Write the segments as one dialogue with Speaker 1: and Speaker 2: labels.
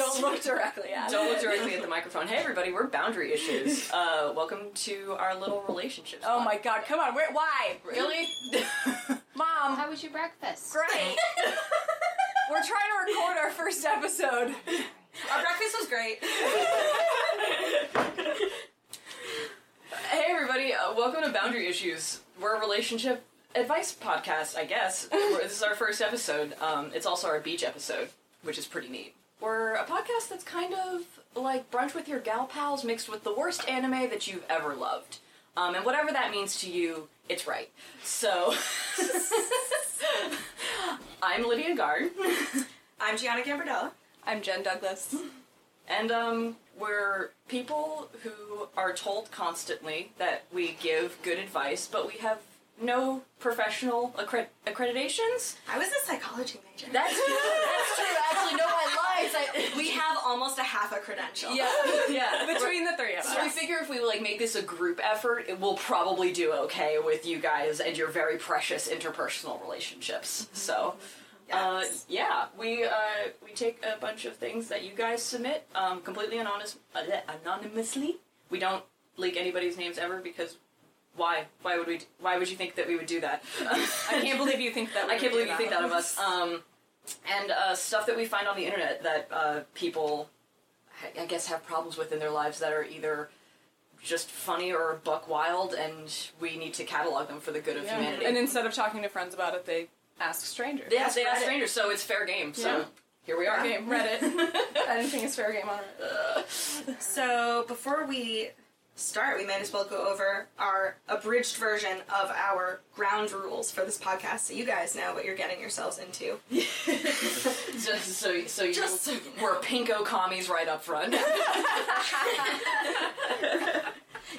Speaker 1: directly at
Speaker 2: Don't
Speaker 1: it.
Speaker 2: look directly at the microphone. Hey, everybody, we're boundary issues. Uh, welcome to our little relationship.
Speaker 1: Oh my god, come on, where, why? Really?
Speaker 2: my!
Speaker 1: Mom,
Speaker 3: How was your breakfast?
Speaker 1: great. We're trying to record our first episode.
Speaker 4: Our breakfast was great.
Speaker 2: hey, everybody, uh, welcome to Boundary Issues. We're a relationship advice podcast, I guess. We're- this is our first episode. Um, it's also our beach episode, which is pretty neat. We're a podcast that's kind of like brunch with your gal pals mixed with the worst anime that you've ever loved. Um, and whatever that means to you, it's right. So, I'm Lydia Gard.
Speaker 4: I'm Gianna Gambardella.
Speaker 1: I'm Jen Douglas.
Speaker 2: And um, we're people who are told constantly that we give good advice, but we have no professional accre- accreditations.
Speaker 4: I was a psychology major.
Speaker 2: That's
Speaker 1: That's true, actually, no, I lied. I,
Speaker 4: we have almost a half a credential.
Speaker 1: yeah,
Speaker 2: yeah.
Speaker 1: between the three of us.
Speaker 2: so we figure if we like make this a group effort, it will probably do okay with you guys and your very precious interpersonal relationships.
Speaker 1: Mm-hmm.
Speaker 2: So. Uh,
Speaker 4: Yes.
Speaker 2: yeah, we uh, we take a bunch of things that you guys submit um, completely anonymous, uh, anonymously. We don't leak anybody's names ever because why? Why would we? d- Why would you think that we would do that? I can't believe you think that. I can't believe you think that of us. Um, and uh, stuff that we find on the internet that uh, people, I I guess, have problems with in their lives that are either just funny or buck wild, and we need to catalog them for the good of
Speaker 1: Yeah.
Speaker 2: humanity.
Speaker 1: And instead of talking to friends about it, they ask strangers.
Speaker 2: They ask, they
Speaker 4: That's
Speaker 2: ask
Speaker 4: Reddit.
Speaker 2: strangers, so it's fair game. So
Speaker 1: Yeah.
Speaker 2: here we are.
Speaker 1: Fair game, Reddit. Anything is fair game on Reddit.
Speaker 4: So before we start, we might as well go over our abridged version of our ground rules for this podcast so you guys know what you're getting yourselves into.
Speaker 2: Just so, so you,
Speaker 4: Just so you know.
Speaker 2: we're pinko commies right up front.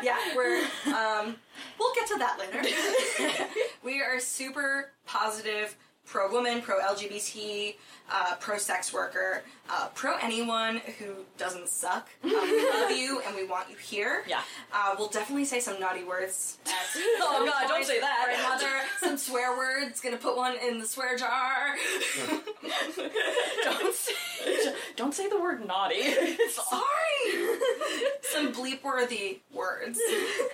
Speaker 4: Yeah, we're um we'll get to that later. we are super positive, pro woman, pro LGBT, uh, pro sex worker, uh, pro anyone who doesn't suck. Um, we love you and we want you here.
Speaker 2: Yeah.
Speaker 4: Uh, we'll definitely say some naughty words.
Speaker 2: oh god, don't say
Speaker 4: Or
Speaker 2: that.
Speaker 4: another some swear words. Gonna put one in the swear jar.
Speaker 2: don't say, don't say the word naughty.
Speaker 4: Sorry. some bleep worthy words.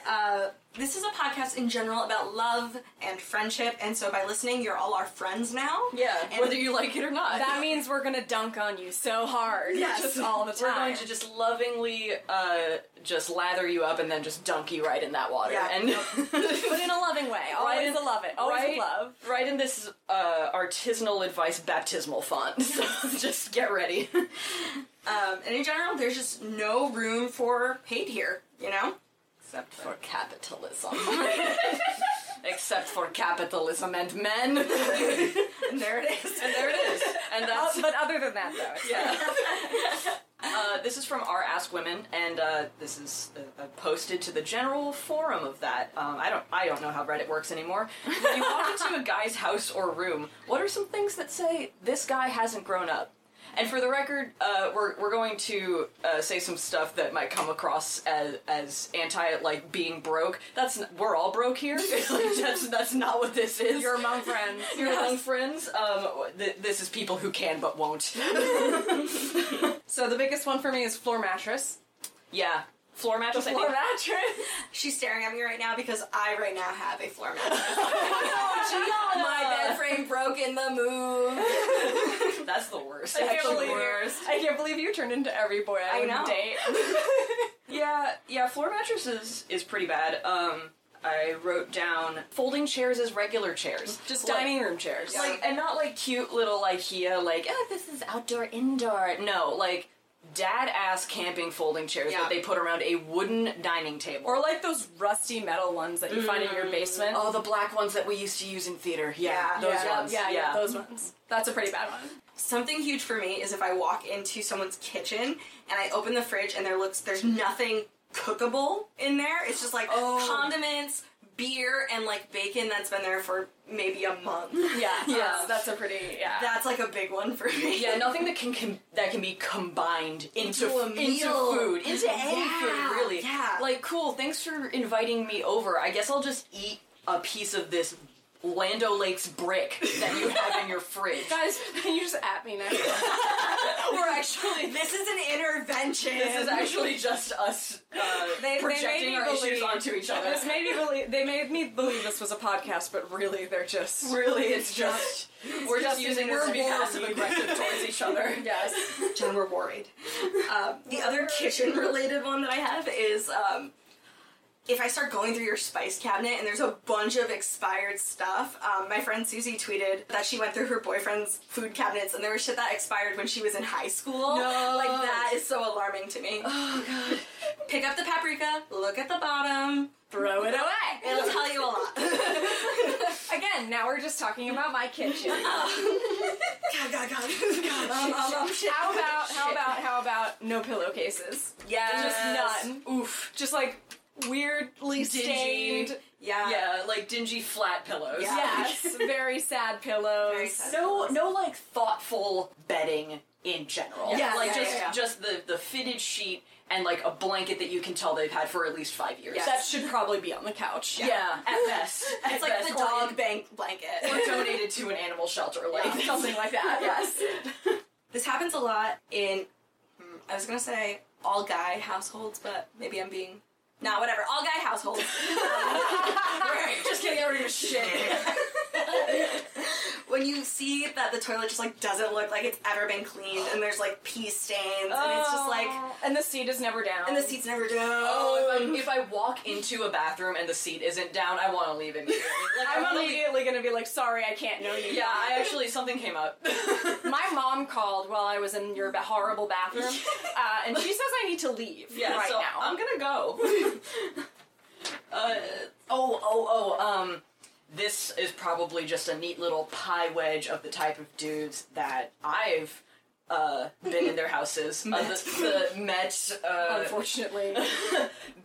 Speaker 4: Uh, this is a podcast in general about love and friendship, and so by listening, you're all our friends now.
Speaker 2: yeah,
Speaker 4: And-
Speaker 2: whether you like it or not.
Speaker 1: That means we're gonna dunk on you so hard.
Speaker 4: Yes.
Speaker 1: Just all the time.
Speaker 2: we're going to just lovingly uh, just lather you up and then just dunk you right in that water.
Speaker 4: Yeah.
Speaker 2: And
Speaker 1: but in a loving way. Always
Speaker 2: in-
Speaker 1: a love it. Always
Speaker 2: right,
Speaker 1: a love.
Speaker 2: Right in this uh, artisanal advice baptismal font. So just get ready.
Speaker 4: Um, and in general, there's just no room for hate here. You know.
Speaker 2: Except for capitalism. Except for capitalism and men.
Speaker 4: And there it is.
Speaker 2: And there it is. And that's
Speaker 1: Uh, but other than that, though, it's
Speaker 2: Uh, this is from our Ask Women, and uh, this is uh, uh, posted to the general forum of that. Um, I don't, I don't know how Reddit works anymore. When you walk into a guy's house or room, what are some things that say this guy hasn't grown up? And for the record, uh, we're, we're going to uh, say some stuff that might come across as, as anti, like being broke. That's n- we're all broke here. Like, that's that's not what this is.
Speaker 1: you're among friends.
Speaker 2: Your own friends. Um, th- this is people who can but won't.
Speaker 1: So the biggest one for me is floor mattress.
Speaker 2: Yeah, floor mattress. I
Speaker 1: Floor
Speaker 2: think-
Speaker 1: mattress.
Speaker 4: She's staring at me right now because I right now have a floor mattress.
Speaker 2: Oh, My bed
Speaker 4: frame broke in the move.
Speaker 2: That's the worst.
Speaker 1: I can't
Speaker 2: actually.
Speaker 1: believe
Speaker 4: worst.
Speaker 1: I can't believe you turned into every boy I,
Speaker 4: I
Speaker 1: would
Speaker 4: know.
Speaker 1: date.
Speaker 2: Yeah, yeah, floor mattresses is pretty bad. Um I wrote down folding chairs as regular chairs.
Speaker 1: Just
Speaker 2: Like-
Speaker 1: dining room chairs.
Speaker 2: Like, and not like cute little IKEA like, oh this is outdoor indoor. No, like dad ass camping folding chairs
Speaker 4: Yeah.
Speaker 2: that they put around a wooden dining table.
Speaker 1: or like those rusty metal ones that you find in your basement.
Speaker 2: oh the black ones that we used to use in theater. Yeah.
Speaker 4: Yeah.
Speaker 2: Those
Speaker 1: Mm. yeah,
Speaker 2: ones.
Speaker 1: Yeah, yeah, those ones. That's a pretty bad one.
Speaker 4: Something huge for me is if I walk into someone's kitchen and I open the fridge and there looks there's nothing cookable in there. It's just like
Speaker 2: Oh.
Speaker 4: condiments, beer, and like bacon that's been there for maybe a month. Um,
Speaker 1: Yeah,
Speaker 2: Yeah.
Speaker 1: That's, that's a pretty yeah.
Speaker 4: That's like a big one for me.
Speaker 2: Yeah, nothing that can, com- that can be combined into
Speaker 4: Into a
Speaker 2: into
Speaker 4: meal.
Speaker 2: food, into any
Speaker 4: Yeah,
Speaker 2: food, really.
Speaker 4: yeah.
Speaker 2: Like, cool. Thanks for inviting me over. I guess I'll just eat a piece of this Lando Lakes brick that you have in your fridge.
Speaker 3: Guys, can you just at me next time?
Speaker 2: We're actually
Speaker 4: This is an intervention.
Speaker 2: This is actually just us uh,
Speaker 3: They- they
Speaker 2: projecting
Speaker 3: made me
Speaker 2: our issues
Speaker 3: believe-
Speaker 2: onto each other.
Speaker 3: This made me believe they made me believe this was a podcast, but really they're just
Speaker 2: really, it's just we're just,
Speaker 3: just
Speaker 2: using
Speaker 3: using
Speaker 2: this to be
Speaker 3: we're warm.
Speaker 2: passive aggressive towards each other.
Speaker 3: yes.
Speaker 4: Jen, we're worried. Um, the other kitchen related one that I have is um, if I start going through your spice cabinet and there's a bunch of expired stuff. Um, my friend Susie tweeted that she went through her boyfriend's food cabinets and there was shit that expired when she was in high school.
Speaker 2: No.
Speaker 4: Like, that is so alarming to me.
Speaker 2: Oh god.
Speaker 4: Pick up the paprika, look at the bottom,
Speaker 3: Throw it away.
Speaker 4: it'll tell you a lot.
Speaker 2: Oh,
Speaker 3: Again, now we're just talking about my kitchen.
Speaker 4: God, God, God. Um, um, um, shit.
Speaker 3: How about how about how about no pillowcases?
Speaker 4: Yes.
Speaker 3: Just none. Oof. Just like weirdly
Speaker 2: Dingy.
Speaker 3: stained.
Speaker 4: Yeah.
Speaker 2: Yeah, like dingy flat pillows.
Speaker 4: Yeah.
Speaker 3: Yes. Very sad pillows.
Speaker 4: Very sad.
Speaker 2: No, no, like thoughtful bedding in general.
Speaker 3: Yeah,
Speaker 2: like
Speaker 4: yeah,
Speaker 2: just
Speaker 4: yeah, yeah.
Speaker 2: just the the fitted sheet and like a blanket that you can tell they've had for at least five years.
Speaker 4: Yes.
Speaker 3: That should probably be on the couch.
Speaker 2: Yeah, at best. at
Speaker 4: It's like
Speaker 2: best,
Speaker 4: the
Speaker 2: or
Speaker 4: dog
Speaker 2: in-
Speaker 4: bank blanket.
Speaker 2: or donated to an animal shelter, like
Speaker 3: Yeah, something like that. Yes.
Speaker 4: This happens a lot in, hmm, I was gonna say all guy households, but maybe I'm being, nah, whatever, all guy households.
Speaker 2: just getting rid of your shit.
Speaker 4: when you see that the toilet just like doesn't look like it's ever been cleaned and there's like pee stains and it's just like,
Speaker 3: Oh. and the seat is never down.
Speaker 4: and the seat's never down.
Speaker 2: Oh, if I, if I walk into a bathroom and the seat isn't down, I want to leave immediately. Like, I
Speaker 3: I'm
Speaker 2: wanna leave-
Speaker 3: immediately gonna be like, sorry, I can't know you.
Speaker 2: Yeah, I actually something came up.
Speaker 3: My mom called while I was in your ba- horrible bathroom, uh, and she says I need to leave
Speaker 2: yeah,
Speaker 3: right
Speaker 2: so
Speaker 3: now.
Speaker 2: I'm gonna go. uh, oh, oh, oh. Um, this is probably just a neat little pie wedge of the type of dudes that I've uh, been in their houses. Uh, the, the met. Uh,
Speaker 3: Unfortunately,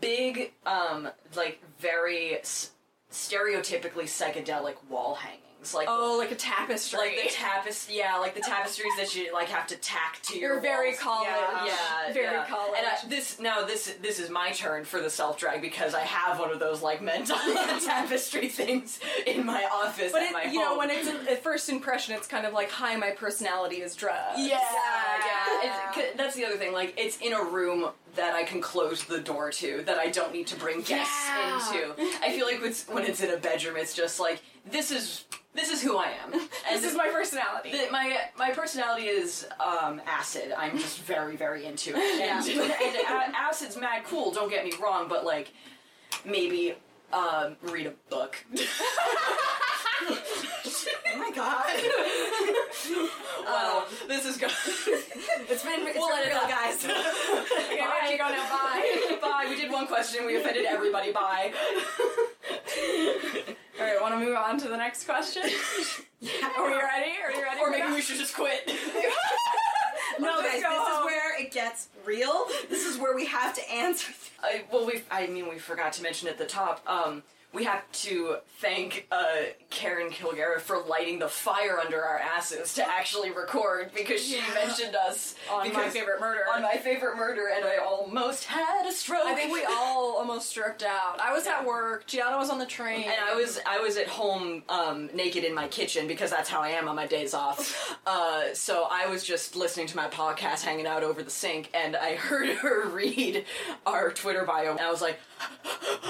Speaker 2: big, um, like very s- stereotypically psychedelic wall hangings. Like
Speaker 3: oh, like a tapestry.
Speaker 2: like the tapestry, yeah, like the tapestries that you like have to tack to your
Speaker 3: You're very
Speaker 2: walls.
Speaker 3: college.
Speaker 4: Yeah.
Speaker 2: Yeah,
Speaker 3: very
Speaker 2: yeah.
Speaker 3: college.
Speaker 2: And I, this now this this is my turn for the self drag because I have one of those like mental tapestry things in my office
Speaker 3: but
Speaker 2: at
Speaker 3: it,
Speaker 2: my home.
Speaker 3: you know, when it's a, a first impression, it's kind of like, "Hi, my personality is drugs."
Speaker 2: yeah, yeah, It's- 'cause that's the other thing. Like it's in a room that I can close the door to that I don't need to bring guests
Speaker 3: Yeah.
Speaker 2: into. I feel like it's, when it's in a bedroom, it's just like this is this is who I am. And
Speaker 3: this is my personality.
Speaker 2: The, my my personality is um, acid. I'm just very very into it. And, and a- acid's mad cool. Don't get me wrong, but like maybe um, read a book.
Speaker 4: Oh my god.
Speaker 2: wow, this is good.
Speaker 4: It's been, it's
Speaker 2: We'll
Speaker 4: been
Speaker 2: let it
Speaker 4: real,
Speaker 2: out.
Speaker 4: guys.
Speaker 3: Okay, why don't you go now? Bye.
Speaker 2: bye. We did one question. We offended everybody. Bye.
Speaker 3: All right, want to move on to the next question? Are we ready? Are you ready?
Speaker 2: or
Speaker 3: for
Speaker 2: maybe
Speaker 3: that?
Speaker 2: we should just quit.
Speaker 4: no, guys,
Speaker 3: let's go
Speaker 4: this
Speaker 3: home.
Speaker 4: is where it gets real. This is where we have to answer.
Speaker 2: I, well, we. I mean, we forgot to mention at the top. Um, we have to thank uh, Karen Kilgariff for lighting the fire under our asses to actually record because she mentioned us
Speaker 3: on my
Speaker 2: because-
Speaker 3: favorite murder.
Speaker 2: on my favorite murder, and I almost had a stroke.
Speaker 3: I think we all almost stripped out. I was at work. Gianna was on the train,
Speaker 2: And I was I was at home um, naked in my kitchen because that's how I am on my days off. Uh, so I was just listening to my podcast, hanging out over the sink, and I heard her read our Twitter bio, and I was like,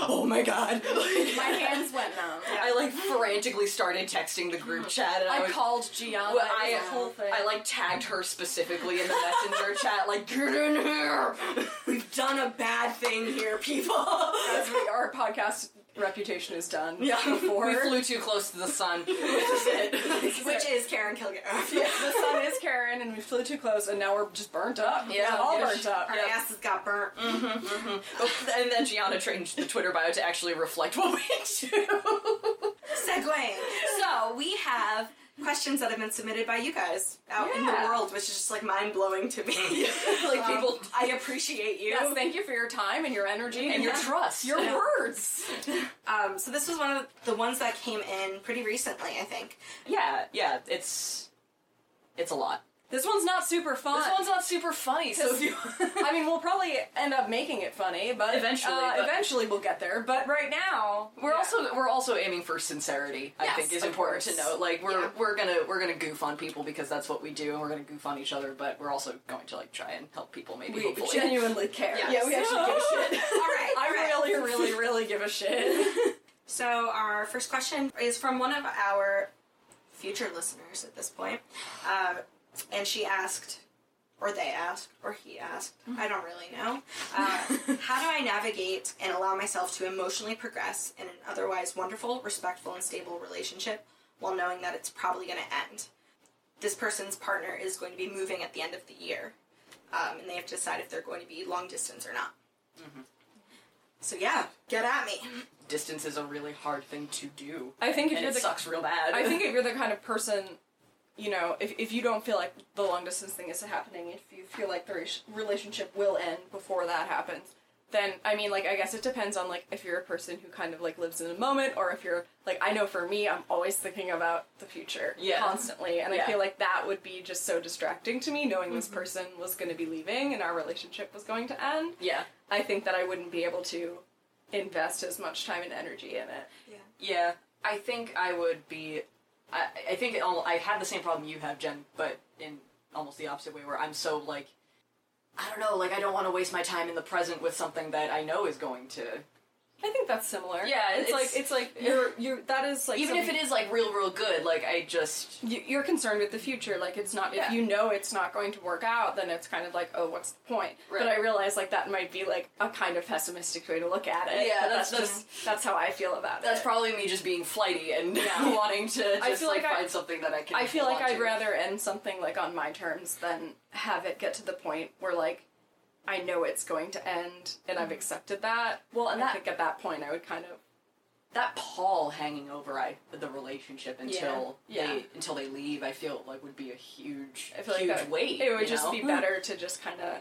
Speaker 2: "Oh my god!"
Speaker 3: My hands went numb.
Speaker 2: I like frantically started texting the group chat, and I,
Speaker 3: I,
Speaker 2: was,
Speaker 3: called Gianna.
Speaker 2: Well,
Speaker 3: it
Speaker 2: I,
Speaker 3: was a whole thing.
Speaker 2: I like tagged her specifically in the messenger chat, like get in here.
Speaker 4: We've done a bad thing here, people.
Speaker 3: As we- our podcast reputation is done. before
Speaker 2: we flew too close to the sun. This is it.
Speaker 4: Which is Karen Kilgariff.
Speaker 3: the sun is Karen, and we flew too close, and now we're just burnt up.
Speaker 2: Yeah.
Speaker 3: We're all
Speaker 2: Yeah.
Speaker 3: burnt up.
Speaker 4: Our asses got burnt.
Speaker 2: and then Gianna changed the Twitter bio to actually reflect what we do.
Speaker 4: Segway. So we have questions that have been submitted by you guys out in
Speaker 2: Yeah.
Speaker 4: the world, which is just like mind blowing to me.
Speaker 2: like
Speaker 4: Um,
Speaker 2: people
Speaker 4: I appreciate you.
Speaker 3: Yes, thank you for your time and your energy
Speaker 2: and your trust.
Speaker 3: your words.
Speaker 4: Um, so this was one of the ones that came in pretty recently, I think.
Speaker 2: yeah, yeah. It's it's a lot.
Speaker 3: This one's not super fun.
Speaker 2: This one's not super funny, so if you.
Speaker 3: I mean, we'll probably end up making it funny, but
Speaker 2: Eventually,
Speaker 3: uh,
Speaker 2: but-
Speaker 3: eventually we'll get there. But right now,
Speaker 2: We're also we're also aiming for sincerity. I
Speaker 3: Yes,
Speaker 2: think is
Speaker 3: of
Speaker 2: important
Speaker 3: course.
Speaker 2: to note. Like we're
Speaker 4: Yeah.
Speaker 2: we're gonna we're gonna goof on people because that's what we do, and we're gonna goof on each other. But we're also going to like try and help people. Maybe
Speaker 3: we
Speaker 2: hopefully.
Speaker 3: genuinely care.
Speaker 4: Yeah.
Speaker 2: yeah, we actually give a shit.
Speaker 4: All right.
Speaker 3: I
Speaker 4: all right.
Speaker 3: really, really, really give a shit.
Speaker 4: So our first question is from one of our future listeners at this point, uh, and she asked, or they asked, or he asked, I don't really know. Uh, how do I navigate and allow myself to emotionally progress in an otherwise wonderful, respectful, and stable relationship while knowing that it's probably going to end? This person's partner is going to be moving at the end of the year, um, and they have to decide if they're going to be long distance or not. So yeah, get at me.
Speaker 2: Distance is a really hard thing to do.
Speaker 3: I think if
Speaker 2: and
Speaker 3: you're
Speaker 2: it
Speaker 3: the
Speaker 2: sucks real bad.
Speaker 3: I think if you're the kind of person, you know, if, if you don't feel like the long distance thing is happening, if you feel like the re- relationship will end before that happens, then I mean, like, I guess it depends on like if you're a person who kind of like lives in the moment, or if you're like, I know for me, I'm always thinking about the future
Speaker 2: Yeah.
Speaker 3: constantly, and I
Speaker 2: Yeah.
Speaker 3: feel like that would be just so distracting to me, knowing this person was going to be leaving and our relationship was going to end.
Speaker 2: yeah.
Speaker 3: I think that I wouldn't be able to invest as much time and energy in it.
Speaker 2: Yeah, I think I would be. I, I think it all, I had the same problem you have, Jen, but in almost the opposite way, where I'm so like, I don't know, like I don't want to waste my time in the present with something that I know is going to.
Speaker 3: I think that's similar.
Speaker 2: Yeah,
Speaker 3: it's,
Speaker 2: it's-
Speaker 3: like it's like you're you're that is like
Speaker 2: Even if it is like real, real good, like I just.
Speaker 3: is you're concerned with the future. Like it's not
Speaker 2: Yeah.
Speaker 3: if you know it's not going to work out, then it's kind of like oh what's the point?
Speaker 2: Right.
Speaker 3: But I realize like that might be like a kind of pessimistic way to look at it.
Speaker 2: Yeah,
Speaker 3: but
Speaker 2: that's-
Speaker 3: that's, just that's how I feel about
Speaker 2: That's
Speaker 3: it.
Speaker 2: probably me just being flighty and
Speaker 3: Yeah.
Speaker 2: wanting to just
Speaker 3: I feel
Speaker 2: like,
Speaker 3: like I-
Speaker 2: find something that I can.
Speaker 3: I feel
Speaker 2: hold
Speaker 3: like
Speaker 2: on
Speaker 3: I'd
Speaker 2: to.
Speaker 3: rather end something like on my terms than have it get to the point where like I know it's going to end and I've accepted that. Mm-hmm. Well, and I
Speaker 2: that-
Speaker 3: think at that point I would kind of
Speaker 2: that pall hanging over I, the relationship until
Speaker 3: Yeah.
Speaker 2: they
Speaker 3: Yeah.
Speaker 2: until they leave. I feel like would be a huge,
Speaker 3: I feel
Speaker 2: huge
Speaker 3: like that,
Speaker 2: weight.
Speaker 3: It would
Speaker 2: you
Speaker 3: just
Speaker 2: know?
Speaker 3: be better to just kind of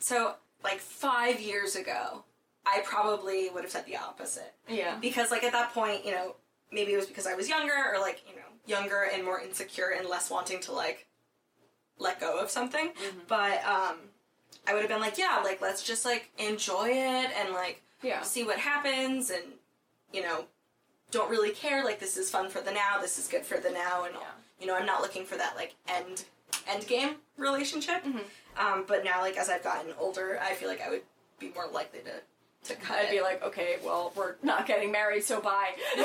Speaker 4: So, like five years ago, I probably would have said the opposite.
Speaker 3: yeah.
Speaker 4: Because, like, at that point, you know, maybe it was because I was younger or, like, you know, younger and more insecure and less wanting to, like, let go of something.
Speaker 3: Mm-hmm.
Speaker 4: But, um, I would have been like, yeah, like, let's just, like, enjoy it and, like,
Speaker 3: Yeah.
Speaker 4: see what happens and, you know, don't really care. Like, this is fun for the now, this is good for the now, and,
Speaker 2: Yeah.
Speaker 4: you know, I'm not looking for that, like, end end game relationship.
Speaker 3: Mm-hmm.
Speaker 4: Um, but now, like as I've gotten older, I feel like I would be more likely to to cut
Speaker 3: I'd
Speaker 4: it.
Speaker 3: be like, okay, well, we're not getting married, so bye.
Speaker 2: yeah,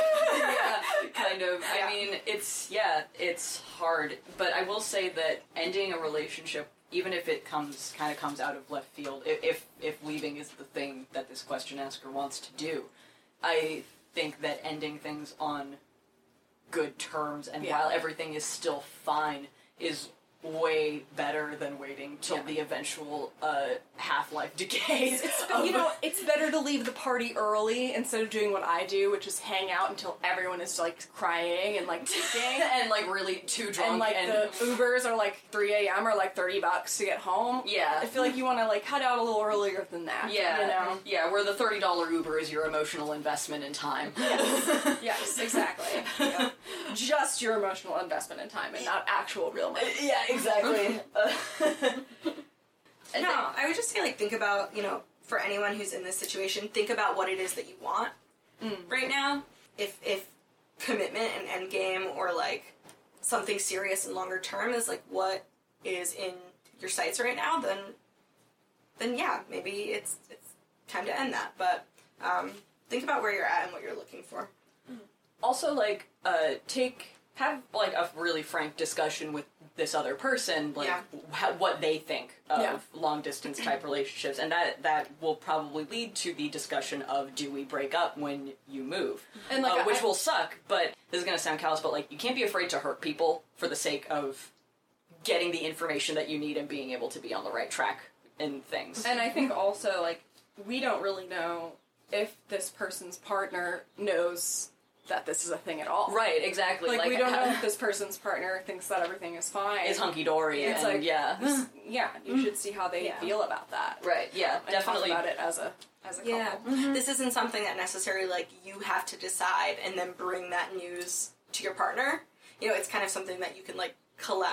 Speaker 2: kind of.
Speaker 4: Yeah.
Speaker 2: I mean, it's yeah, it's hard, but I will say that ending a relationship, even if it comes kind of comes out of left field, i- if if leaving is the thing that this question asker wants to do, I think that ending things on good terms and
Speaker 3: Yeah.
Speaker 2: while everything is still fine is way better than waiting till the eventual uh, half-life decay.
Speaker 3: But, you
Speaker 2: of-
Speaker 3: know, it's better to leave the party early instead of doing what I do, which is hang out until everyone is like crying and like puking.
Speaker 2: and like really too drunk
Speaker 3: and like
Speaker 2: and
Speaker 3: the Ubers are like 3 a.m. or like 30 bucks to get home.
Speaker 2: Yeah.
Speaker 3: I feel like you want to like cut out a little earlier than that.
Speaker 2: Yeah,
Speaker 3: You know?
Speaker 2: yeah, where the thirty dollar Uber is your emotional investment in time.
Speaker 3: Yes, exactly.
Speaker 4: Yeah.
Speaker 3: Just your emotional investment in time and not actual real money.
Speaker 2: yeah, exactly. Uh,
Speaker 4: no, I would just say like think about you know for anyone who's in this situation, think about what it is that you want right now. If if commitment and end game or like something serious and longer term is like what is in your sights right now, then then yeah, maybe it's it's time to end that. But um, think about where you're at and what you're looking for.
Speaker 2: also, like, uh, take have like a really frank discussion with this other person, like
Speaker 4: Yeah.
Speaker 2: wh- what they think of
Speaker 3: Yeah.
Speaker 2: long distance type relationships, and that that will probably lead to the discussion of do we break up when you move,
Speaker 3: And, like,
Speaker 2: Uh, which
Speaker 3: I-
Speaker 2: will suck. But this is gonna sound callous, but like you can't be afraid to hurt people for the sake of getting the information that you need and being able to be on the right track and things.
Speaker 3: And I think also like we don't really know if this person's partner knows that this is a thing at all.
Speaker 2: right, exactly.
Speaker 3: Like, we don't know if this person's partner thinks that everything is fine.
Speaker 2: is hunky dory.
Speaker 3: It's
Speaker 2: and
Speaker 3: like-
Speaker 2: yeah,
Speaker 3: yeah, you should see how they
Speaker 4: Yeah.
Speaker 3: feel about that.
Speaker 2: right, yeah,
Speaker 3: And
Speaker 2: definitely.
Speaker 3: talk about it as a as a
Speaker 4: Yeah, Mm-hmm.
Speaker 3: couple.
Speaker 4: this isn't something that necessarily like you have to decide and then bring that news to your partner. You know, it's kind of something that you can like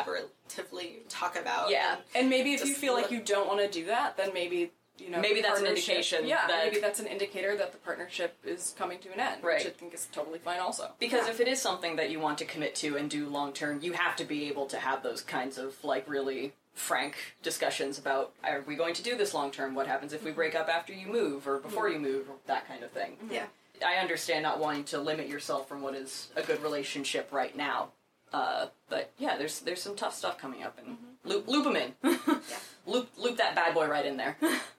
Speaker 4: collaboratively talk about.
Speaker 2: Yeah.
Speaker 4: and-
Speaker 3: And maybe if you
Speaker 4: Just
Speaker 3: feel like
Speaker 4: look-
Speaker 3: you don't want to do that, then maybe you know
Speaker 2: Maybe
Speaker 3: the
Speaker 2: that's an
Speaker 3: partnership-
Speaker 2: indication
Speaker 3: Yeah,
Speaker 2: that-
Speaker 3: maybe that's an indicator that the partnership is coming to an end,
Speaker 2: Right.
Speaker 3: which I think is totally fine. Also,
Speaker 2: Because if it is something that you want to commit to and do long term, you have to be able to have those kinds of like really frank discussions about are we going to do this long term? What happens if we break up after you move or before you move? Or that kind of thing.
Speaker 4: yeah.
Speaker 2: I understand not wanting to limit yourself from what is a good relationship right now. Uh, but yeah, there's there's some tough stuff coming up, and loop loop 'em in, loop loop that bad boy right in there,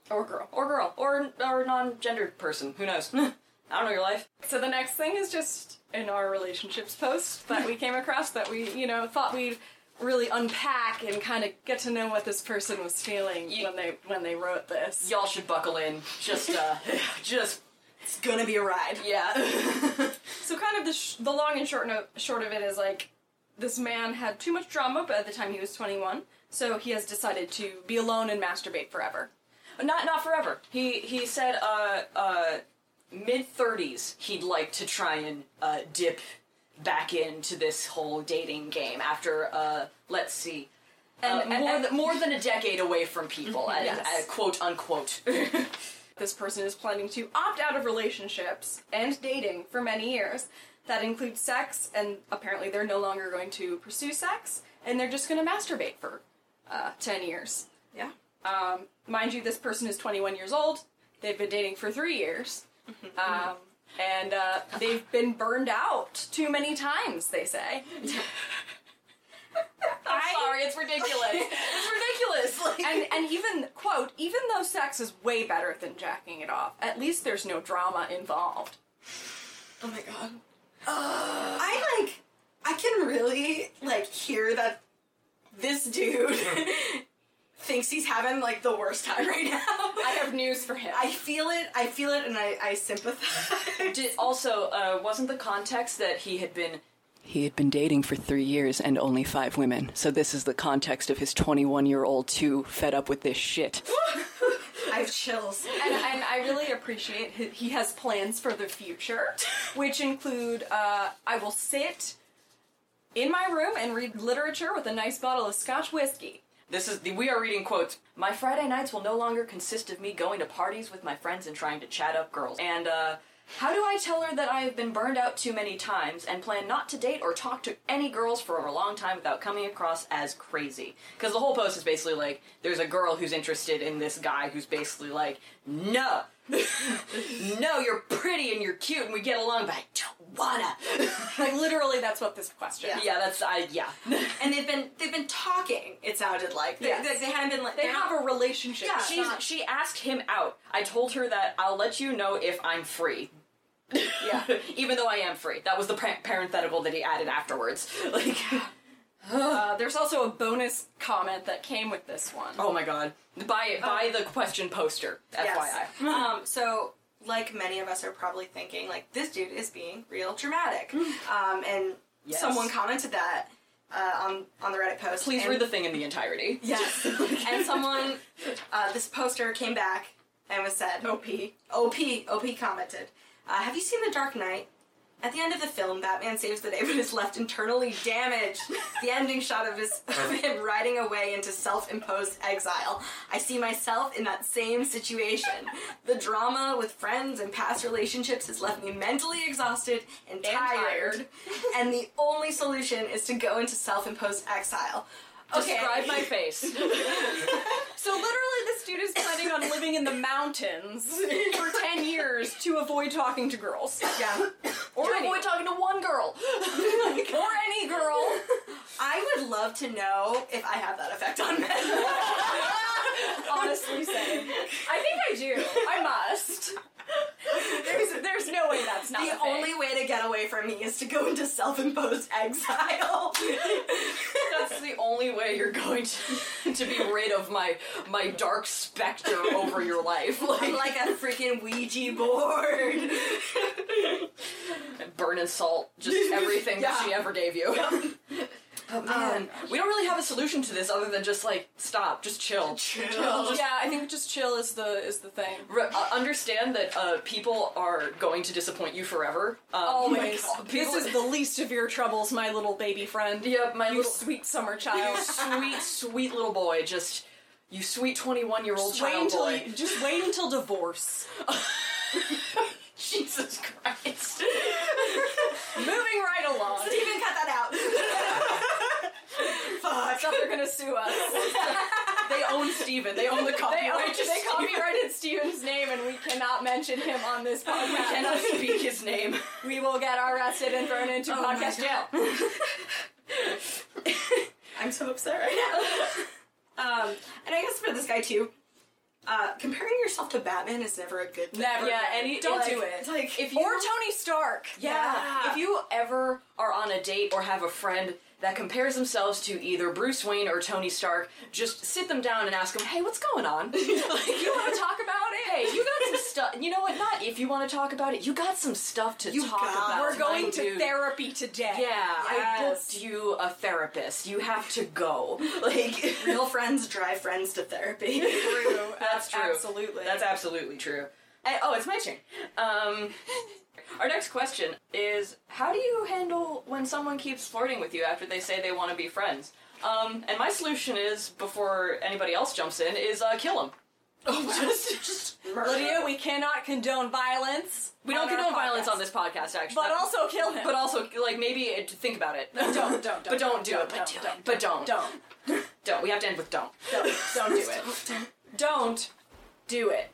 Speaker 3: or girl.
Speaker 2: or girl, or or non-gendered person. Who knows? I don't know your life.
Speaker 3: So the next thing is just in our relationships post that we came across that we, you know, thought we'd really unpack and kind of get to know what this person was feeling
Speaker 2: Ye-
Speaker 3: when they when they wrote this.
Speaker 2: Y'all should buckle in. Just uh, just
Speaker 4: It's gonna be a ride.
Speaker 2: yeah.
Speaker 3: So kind of the sh- the long and short no- short of it is like this man had too much drama by the time he was 21, so he has decided to be alone and masturbate forever.
Speaker 2: not not forever. He he said uh uh mid thirties he'd like to try and uh dip back into this whole dating game after uh let's see. uh,
Speaker 3: And- and-
Speaker 2: more,
Speaker 3: and- Mm-hmm.
Speaker 2: than, more than a decade away from people, at,
Speaker 3: Yes.
Speaker 2: at quote unquote.
Speaker 3: This person is planning to opt out of relationships and dating for many years. That includes sex, and apparently they're no longer going to pursue sex, and they're just going to masturbate for uh, 10 years.
Speaker 4: Yeah.
Speaker 3: Um, mind you, this person is 21 years old. They've been dating for three years. Um, and uh, they've been burned out too many times, they say. I-
Speaker 2: it's ridiculous. it's ridiculous. Like,
Speaker 3: and and even quote even though sex is way better than jacking it off at least there's no drama involved
Speaker 4: Oh my god. I like. I can really like hear that this dude thinks he's having like the worst time right now.
Speaker 3: i have news for him
Speaker 4: I feel it. I feel it, and I, I sympathize.
Speaker 2: Did, also, uh, wasn't the context that he had been he had been dating for three years and only five women? So this is the context of his twenty-one-year-old too fed up with this shit.
Speaker 4: I have chills.
Speaker 3: and, and i really appreciate hi- he has plans for the future which include uh, i will sit in my room and read literature with a nice bottle of scotch whiskey
Speaker 2: This is the, we are reading quotes. My Friday nights will no longer consist of me going to parties with my friends and trying to chat up girls. And uh, how do I tell her that I have been burned out too many times and plan not to date or talk to any girls for a long time without coming across as crazy? Because the whole post is basically like there's a girl who's interested in this guy who's basically like no. no, you're pretty and you're cute and we get along, but I don't wanna.
Speaker 3: like literally that's what this question
Speaker 4: Yeah.
Speaker 2: yeah, that's I. Yeah,
Speaker 4: And they've been they've been talking. It sounded like they,
Speaker 3: Yes.
Speaker 4: they, they hadn't been like
Speaker 3: they
Speaker 4: they're not-
Speaker 3: have a relationship
Speaker 4: Yeah.
Speaker 2: She's,
Speaker 4: not-
Speaker 2: she asked him out. I told her that I'll let you know if I'm free.
Speaker 3: yeah
Speaker 2: Even though I am free. That was the par- parenthetical that he added afterwards. Like,
Speaker 3: uh, there's also a bonus comment that came with this one
Speaker 2: oh my god. Buy buy the question poster. FYI.
Speaker 4: um, so, like many of us are probably thinking, like this dude is being real dramatic. um, and
Speaker 2: Mm. Yes.
Speaker 4: someone commented that uh, on on the Reddit post.
Speaker 2: Please
Speaker 4: and-
Speaker 2: read the thing in the entirety.
Speaker 4: Yes. and someone, uh, this poster came back and was said, OP. OP, OP commented, uh, Have you seen The Dark Knight? At the end of the film, Batman saves the day but is left internally damaged. the ending shot of, his, of him riding away into self imposed exile. I see myself in that same situation. The drama with friends and past relationships has left me mentally exhausted and tired.
Speaker 3: tired.
Speaker 4: and the only solution is to go into self imposed exile. Okay.
Speaker 2: Describe my face.
Speaker 3: So literally, this dude is planning on living in the mountains for ten years to avoid talking to girls
Speaker 4: Yeah.
Speaker 3: or
Speaker 2: To
Speaker 3: any,
Speaker 2: avoid talking to one girl.
Speaker 3: or any girl.
Speaker 4: I would love to know if I have that effect on men.
Speaker 3: Honestly, saying, I think I do. I must. There's, there's no way that's not a
Speaker 4: the
Speaker 3: thing.
Speaker 4: only way to get away from me is to go into self-imposed exile.
Speaker 2: That's the only way you're going to, to be rid of my my dark specter over your life.
Speaker 4: I'm like a freaking Ouija board.
Speaker 2: burn and salt, just everything that
Speaker 4: Yeah.
Speaker 2: she ever gave you. Oh, man.
Speaker 4: Um,
Speaker 2: we don't really have a solution to this other than just like stop, just chill.
Speaker 4: Chill.
Speaker 3: Yeah, I think just chill is the is the thing.
Speaker 2: Re- uh, understand that uh, people are going to disappoint you forever. Um,
Speaker 3: Always.
Speaker 2: people-
Speaker 3: this is the least of your troubles, my little baby friend.
Speaker 2: yeah, my
Speaker 3: you
Speaker 2: little
Speaker 3: sweet summer
Speaker 2: you
Speaker 3: child.
Speaker 2: sweet, sweet little boy. Just you, sweet twenty-one-year-old
Speaker 3: Just wait
Speaker 2: child
Speaker 3: until
Speaker 2: boy.
Speaker 3: you, just wait until divorce.
Speaker 2: Jesus Christ.
Speaker 3: Moving right along.
Speaker 4: Steven, cut that out. Fuck.
Speaker 3: Stuff they're gonna sue us.
Speaker 2: they own Steven. They own the
Speaker 3: They,
Speaker 2: copyright. to
Speaker 3: own- they
Speaker 2: Steven.
Speaker 3: copyrighted Steven's name, and we cannot mention him on this podcast.
Speaker 2: We cannot speak his name.
Speaker 3: We will get arrested and thrown into
Speaker 4: Oh my
Speaker 3: podcast jail.
Speaker 4: I'm so upset right now. um, and I guess for this guy too, uh, comparing yourself to Batman is never a good thing.
Speaker 3: Never.
Speaker 2: Yeah, any-
Speaker 3: don't
Speaker 2: like-
Speaker 3: do
Speaker 4: It's
Speaker 3: it.
Speaker 4: like
Speaker 2: If you
Speaker 3: Or Tony Stark.
Speaker 2: Yeah. If you ever are on a date or have a friend that compares themselves to either Bruce Wayne or Tony Stark, just sit them down and ask them, "Hey, what's going on? like, you want to talk about it? Hey, you got some stuff. You know what? Not if you want to talk about it. You got some stuff to
Speaker 4: You
Speaker 2: talk
Speaker 4: got-
Speaker 2: about.
Speaker 3: We're going
Speaker 2: my
Speaker 3: to
Speaker 2: dude."
Speaker 3: therapy today.
Speaker 2: Yeah, I
Speaker 3: Yes.
Speaker 2: booked you a therapist. You have to go. Like
Speaker 4: real friends drive friends to therapy.
Speaker 3: True.
Speaker 2: That's true.
Speaker 3: Absolutely.
Speaker 2: That's absolutely true. And- oh, it's my turn. Um, our next question is: How do you handle when someone keeps flirting with you after they say they want to be friends? Um, and my solution is, before anybody else jumps in, is uh, kill them. just, just
Speaker 3: Lydia, we cannot condone violence.
Speaker 2: we don't
Speaker 3: on our
Speaker 2: condone
Speaker 3: podcast.
Speaker 2: violence on this podcast, actually.
Speaker 3: But also kill him.
Speaker 2: but also, like maybe it, think about it.
Speaker 3: Don't, don't, don't,
Speaker 2: but don't do
Speaker 3: don't,
Speaker 2: it. But
Speaker 3: don't,
Speaker 2: do
Speaker 3: don't,
Speaker 2: it. But don't.
Speaker 3: don't,
Speaker 2: Don't. We have to end with don't.
Speaker 3: don't, don't do it. Don't do it.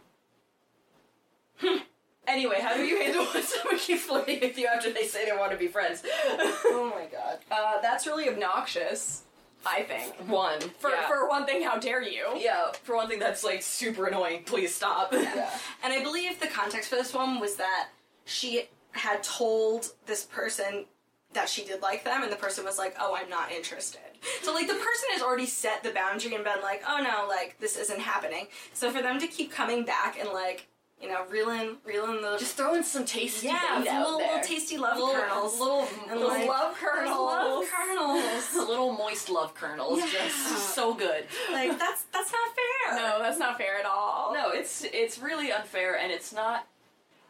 Speaker 2: Anyway, how do you handle when someone keeps flirting with you after they say they want to be friends?
Speaker 4: oh my god.
Speaker 3: Uh, that's really obnoxious. I think.
Speaker 2: One
Speaker 3: For
Speaker 2: yeah.
Speaker 3: for one thing, how dare you?
Speaker 2: Yeah, for one thing, that's like super annoying. Please stop. Yeah.
Speaker 4: And I believe the context for this one was that she had told this person that she did like them, and the person was like, "Oh, I'm not interested." So like the person has already set the boundary and been like, "Oh no, like this isn't happening." So for them to keep coming back and like you know reeling reeling the
Speaker 2: Just throw in some tasty
Speaker 4: yeah
Speaker 2: bait
Speaker 4: little,
Speaker 2: out
Speaker 4: little
Speaker 2: there.
Speaker 4: tasty love kernels
Speaker 2: little,
Speaker 4: and
Speaker 2: little,
Speaker 4: like,
Speaker 3: love
Speaker 4: there's love
Speaker 3: kernels.
Speaker 4: kernels
Speaker 2: little moist love kernels. Just so good.
Speaker 4: like that's that's not fair.
Speaker 3: No, that's not fair at all.
Speaker 2: No, it's it's really unfair, and it's not.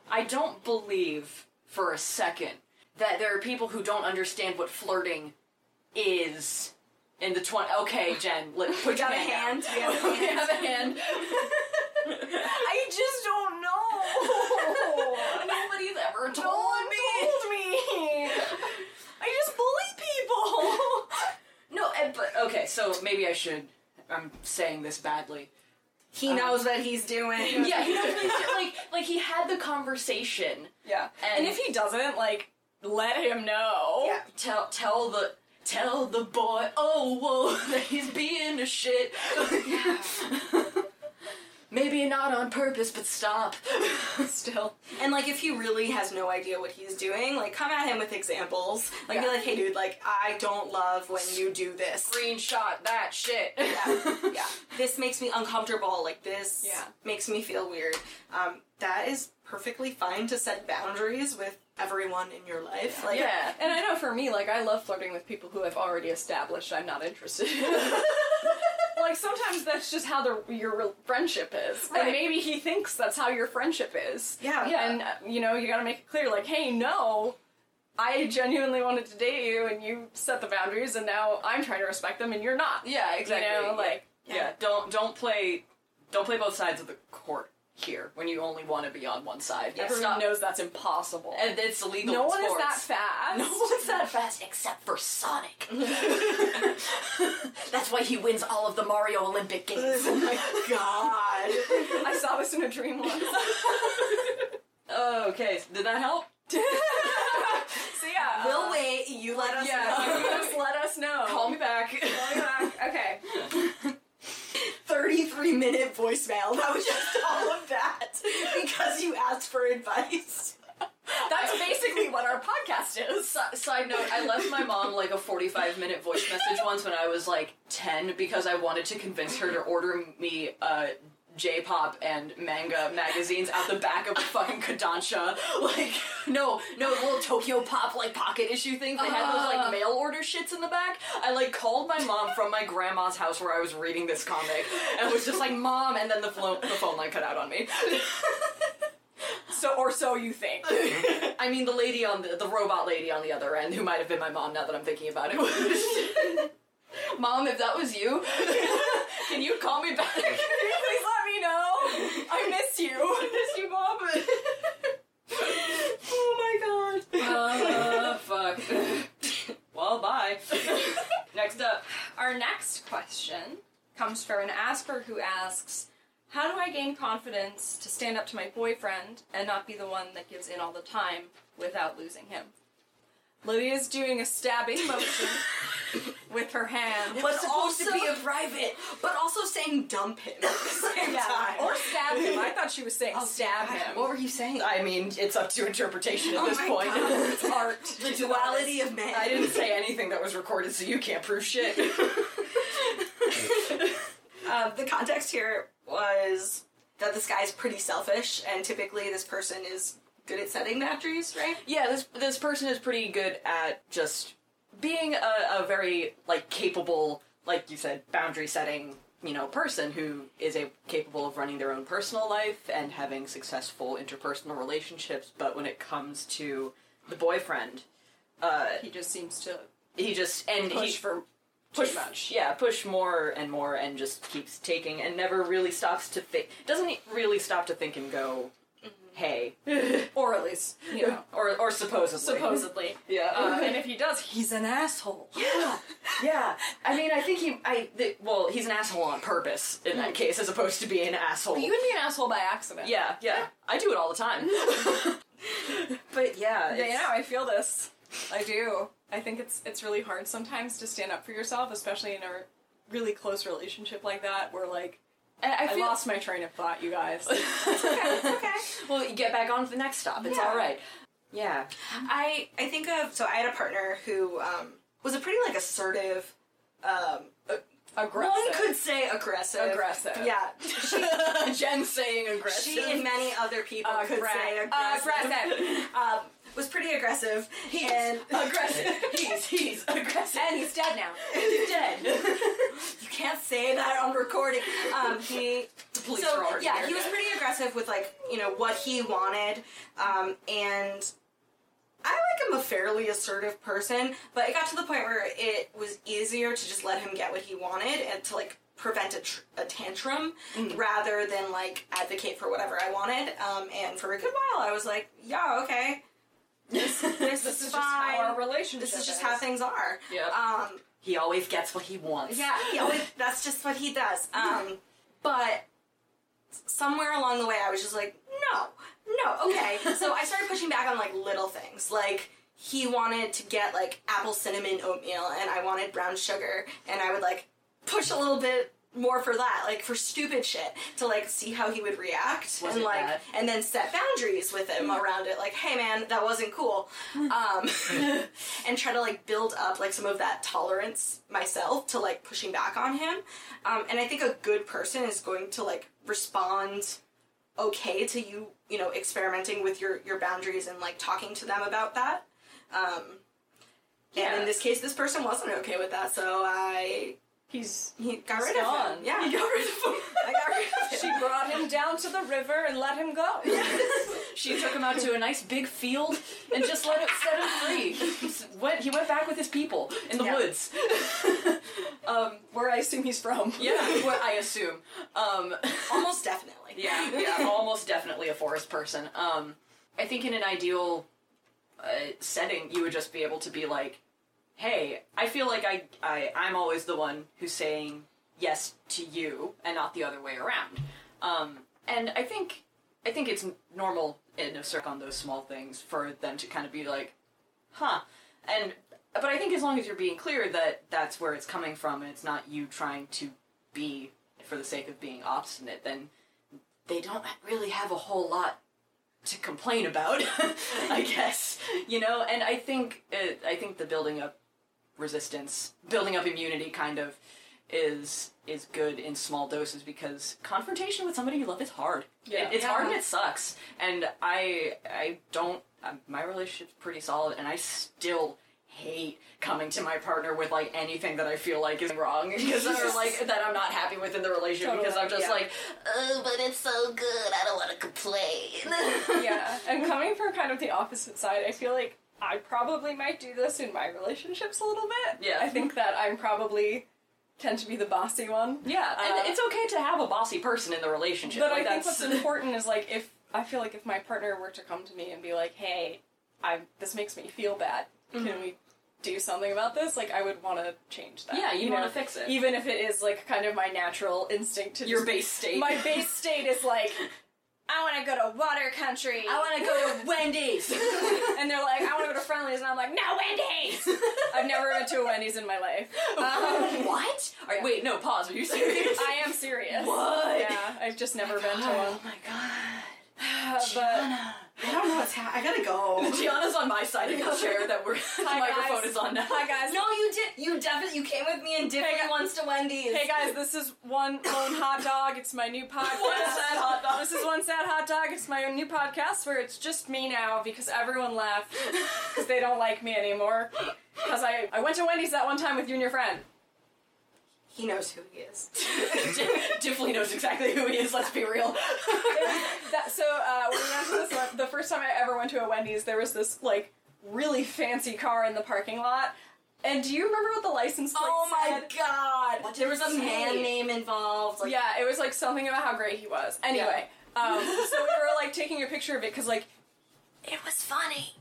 Speaker 2: I don't believe for a second that there are people who don't understand what flirting is. In the twenty. Okay, Jen, let put
Speaker 4: We got a
Speaker 2: your
Speaker 4: hand.
Speaker 2: down.
Speaker 4: We have a
Speaker 2: We
Speaker 4: hand.
Speaker 2: have a hand.
Speaker 3: I just don't know.
Speaker 2: Nobody's ever told
Speaker 3: no one
Speaker 2: me.
Speaker 3: told me. I just bully people.
Speaker 2: No, and, but okay, so maybe I should. I'm saying this badly.
Speaker 4: He knows what he's doing.
Speaker 2: Yeah, he knows what he's doing. like like he had the conversation.
Speaker 3: yeah,
Speaker 2: And-
Speaker 3: and, if he doesn't, like, let him know.
Speaker 4: Yeah.
Speaker 2: Tell tell the tell the boy, oh whoa, that he's being a shit. maybe not on purpose, but stop.
Speaker 3: Still,
Speaker 4: And like, if he really has no idea what he's doing, like, come at him with examples. Like, be
Speaker 3: Yeah.
Speaker 4: like, "Hey, dude, like, I don't love when you do this.
Speaker 2: Screenshot that shit.
Speaker 4: Yeah, yeah. This makes me uncomfortable. Like, this
Speaker 3: Yeah.
Speaker 4: makes me feel weird." Um, that is perfectly fine to set boundaries with everyone in your life. Like,
Speaker 2: Yeah.
Speaker 3: and I know for me, like, I love flirting with people who have already established I'm not interested. like, sometimes that's just how the your re- friendship is,
Speaker 2: Right.
Speaker 3: and maybe he thinks that's how your friendship is.
Speaker 4: yeah,
Speaker 2: Yeah.
Speaker 3: and uh, you know you gotta make it clear like hey no i genuinely wanted to date you and you set the boundaries and now i'm trying to respect them and you're not
Speaker 2: Yeah, exactly.
Speaker 3: you know
Speaker 2: yeah.
Speaker 3: like
Speaker 2: yeah. don't don't play don't play both sides of the court here when you only want to be on one side.
Speaker 3: everyone
Speaker 2: Stop-
Speaker 3: knows that's impossible
Speaker 2: And it's illegal.
Speaker 3: no
Speaker 2: in
Speaker 3: one is
Speaker 2: sports.
Speaker 3: that fast
Speaker 2: No one's that fast except for Sonic. That's why he wins all of the Mario Olympic games.
Speaker 4: Oh my god.
Speaker 3: i saw this in a dream once
Speaker 2: okay, did that help?
Speaker 3: so yeah
Speaker 4: we'll wait. You let us
Speaker 3: yeah
Speaker 4: know.
Speaker 3: you just let us know
Speaker 2: uh, Call me back.
Speaker 3: Call me back. okay
Speaker 4: Thirty-three minute voicemail. That was just all of that because you asked for advice.
Speaker 3: that's basically what our podcast is
Speaker 2: S- Side note, I left my mom like a 45 minute voice message once when I was like 10 because I wanted to convince her to order me uh, J-pop and manga magazines out the back of a fucking Kodansha. Like, no, no, little Tokyo Pop like pocket issue things. They had those
Speaker 3: Uh.
Speaker 2: like mail order shits in the back. I like called my mom from my grandma's house where I was reading this comic and was just like, "Mom," and then the, flo- the phone line cut out on me.
Speaker 3: So or so you think.
Speaker 2: I mean, the lady on the, the robot lady on the other end, who might have been my mom now that I'm thinking about it, was. mom, if that was you, can you call me back?
Speaker 3: Please let me know. I miss you.
Speaker 2: miss you, mom. oh my god. Uh, fuck. well, bye. Next up.
Speaker 3: Our next question comes from an asker who asks, "How do I gain confidence to stand up to my boyfriend and not be the one that gives in all the time without losing him?" Lydia's doing a stabbing motion with her hand.
Speaker 4: What's supposed to be a
Speaker 1: private.
Speaker 4: But also saying dump him at the same time.
Speaker 3: Or stab him. I thought she was saying stab him.
Speaker 1: What were you saying?
Speaker 2: I mean, it's up to interpretation at
Speaker 4: Oh
Speaker 2: this
Speaker 4: my
Speaker 2: point.
Speaker 4: God.
Speaker 3: It's art.
Speaker 4: the duality of man.
Speaker 2: I didn't say anything that was recorded, so you can't prove shit.
Speaker 4: Uh, the context here was that this guy's pretty selfish, and typically this person is good at setting boundaries, right?
Speaker 2: yeah, this this person is pretty good at just being a, a very like capable, like you said, boundary setting, you know, person who is a capable of running their own personal life and having successful interpersonal relationships. But when it comes to the boyfriend, uh,
Speaker 3: He just seems to
Speaker 2: he just and he,
Speaker 3: push for
Speaker 2: push
Speaker 3: too much.
Speaker 2: Yeah, push more and more and just keeps taking and never really stops to think. Doesn't he really stop to think and go,
Speaker 3: Mm-hmm.
Speaker 2: hey,
Speaker 3: or at least you know
Speaker 2: or or supposedly.
Speaker 3: supposedly.
Speaker 2: Yeah.
Speaker 3: Uh, and if he does, he's an asshole.
Speaker 2: yeah. Yeah. I mean, I think he I th- well, he's an asshole on purpose in
Speaker 4: Mm.
Speaker 2: that case as opposed to being an asshole.
Speaker 3: You would be an asshole by accident.
Speaker 2: yeah, yeah. I do it all the time. but yeah,
Speaker 3: Yeah,
Speaker 2: it's-
Speaker 3: yeah, I feel this. I do. I think it's it's really hard sometimes to stand up for yourself, especially in a really close relationship like that, where like
Speaker 2: I,
Speaker 3: I
Speaker 2: feel-
Speaker 3: lost my train of thought, you guys.
Speaker 2: well, you get back on to the next stop. It's
Speaker 4: Yeah.
Speaker 2: all right. Yeah.
Speaker 4: I I think of so I had a partner who um, was a pretty like assertive. Um,
Speaker 3: Aggressive.
Speaker 4: one could say aggressive.
Speaker 3: Aggressive.
Speaker 4: Yeah.
Speaker 2: Jen saying aggressive.
Speaker 4: She and many other people could
Speaker 3: Aggra-
Speaker 4: say aggressive.
Speaker 3: Uh, aggressive.
Speaker 4: Um, was pretty aggressive. and
Speaker 2: aggressive. he's he's aggressive.
Speaker 3: and he's dead now.
Speaker 4: you can't say that on recording. Um, he
Speaker 2: The police
Speaker 4: so
Speaker 2: are already
Speaker 4: yeah,
Speaker 2: here.
Speaker 4: he was pretty aggressive with like you know what he wanted, um, and I like am a fairly assertive person, but it got to the point where it was easier to just let him get what he wanted and to like prevent a, tr- a tantrum
Speaker 2: Mm.
Speaker 4: rather than like advocate for whatever I wanted. Um, and for a good while, I was like, yeah, okay, this,
Speaker 3: This
Speaker 4: is
Speaker 3: is just how our
Speaker 4: fine.
Speaker 3: relationship.
Speaker 4: This is just
Speaker 3: is.
Speaker 4: how things are.
Speaker 2: Yeah.
Speaker 4: Um,
Speaker 2: He always gets what he wants.
Speaker 4: yeah, he always, that's just what he does. Um, but somewhere along the way, I was just like, no, no, okay. So I started pushing back on like little things, like. He wanted to get like apple cinnamon oatmeal, and I wanted brown sugar, and I would like push a little bit more for that, like for stupid shit, to like see how he would react,
Speaker 2: Was
Speaker 4: and
Speaker 2: it
Speaker 4: like
Speaker 2: bad? Mm-hmm.
Speaker 4: and then set boundaries with him around it, like, hey man, that wasn't cool, um, and try to like build up like some of that tolerance myself to like pushing back on him, um, and I think a good person is going to like respond okay to you, you know, experimenting with your your boundaries and like talking to them about that. Um, And
Speaker 2: Yeah.
Speaker 4: in this case, this person wasn't okay with that, so I
Speaker 3: He's.
Speaker 4: he got rid of
Speaker 3: gone.
Speaker 4: him. Yeah,
Speaker 2: He got rid of him.
Speaker 4: I got rid of
Speaker 3: She
Speaker 4: him.
Speaker 3: brought him down to the river and let him go.
Speaker 2: She took him out to a nice big field and just let it set him free. He went, he went back with his people in the
Speaker 4: Yeah.
Speaker 2: woods.
Speaker 3: Um, where I assume he's from.
Speaker 2: yeah, what I assume. Um,
Speaker 4: Almost definitely.
Speaker 2: yeah, yeah, almost definitely a forest person. Um, I think in an ideal uh, setting, you would just be able to be like, "Hey, I feel like I, I I'm always the one who's saying yes to you, and not the other way around." Um, and I think I think it's n- normal in a circle on those small things for them to kind of be like, "Huh," and but I think as long as you're being clear that that's where it's coming from, and it's not you trying to be for the sake of being obstinate, then they don't really have a whole lot to complain about, I guess. You know, and I think uh, I think the building up resistance, building up immunity, kind of is is good in small doses because confrontation with somebody you love is hard.
Speaker 3: Yeah.
Speaker 2: It- it's
Speaker 4: Yeah.
Speaker 2: hard and it sucks. And I I don't um, my relationship's pretty solid and I still hate coming to my partner with like anything that I feel like is wrong because or like that I'm not happy with in the relationship because I'm just
Speaker 3: yeah.
Speaker 2: like
Speaker 1: Oh, but it's so good. I don't want to complain.
Speaker 3: yeah, and coming from kind of the opposite side, I feel like I probably might do this in my relationships a little bit.
Speaker 2: Yeah.
Speaker 3: I think that I'm probably tend to be the bossy one.
Speaker 2: yeah,
Speaker 3: Uh,
Speaker 2: and it's okay to have a bossy person in the relationship.
Speaker 3: But I
Speaker 2: Like,
Speaker 3: think
Speaker 2: that's-
Speaker 3: what's important is like if I feel like if my partner were to come to me and be like, "Hey, I this makes me feel bad.
Speaker 2: Mm-hmm.
Speaker 3: Can we do something about this?" Like I would want to change that.
Speaker 2: Yeah, you'd
Speaker 3: know?
Speaker 2: wanna fix it.
Speaker 3: even if it is like kind of my natural instinct to
Speaker 2: your
Speaker 3: just-
Speaker 2: base state.
Speaker 3: My base state is like, I want to go to water country.
Speaker 1: I want to go to Wendy's.
Speaker 3: and they're like, I want to go to Friendlies, and I'm like, no Wendy's. I've never been to a Wendy's in my life.
Speaker 2: Uh-huh.
Speaker 3: Um,
Speaker 2: Uh, what? All right,
Speaker 3: Yeah.
Speaker 2: Wait, no, pause. Are you serious?
Speaker 3: I am serious.
Speaker 2: What?
Speaker 3: Yeah, I've just never been to one. Uh,
Speaker 2: Oh my god.
Speaker 3: But
Speaker 4: I don't know what's happening. I gotta go.
Speaker 2: Gianna's on my side of the chair that we're the microphone
Speaker 3: guys.
Speaker 2: is on now.
Speaker 3: hi guys.
Speaker 4: No, you did. You definitely you came with me and
Speaker 3: Hey,
Speaker 4: definitely
Speaker 3: guy-
Speaker 4: once to Wendy's.
Speaker 3: Hey guys, this is one lone hot dog. It's my new podcast.
Speaker 2: One sad hot dog.
Speaker 3: This is one sad hot dog. It's my new podcast where it's just me now because everyone left because they don't like me anymore. Because I I went to Wendy's that one time with you and your friend.
Speaker 4: He knows who he is.
Speaker 2: Diffley knows exactly who he is, let's be real.
Speaker 3: That, so uh, when we went to this one, the first time I ever went to a Wendy's, there was this like really fancy car in the parking lot. And do you remember what the license plate
Speaker 2: Oh
Speaker 3: said?
Speaker 4: god!
Speaker 2: What did
Speaker 4: there was a
Speaker 2: it
Speaker 4: man
Speaker 2: say?
Speaker 4: name involved. Like,
Speaker 3: yeah, it was like something about how great he was. Anyway, um, so we were like taking a picture of it because like
Speaker 1: It was funny.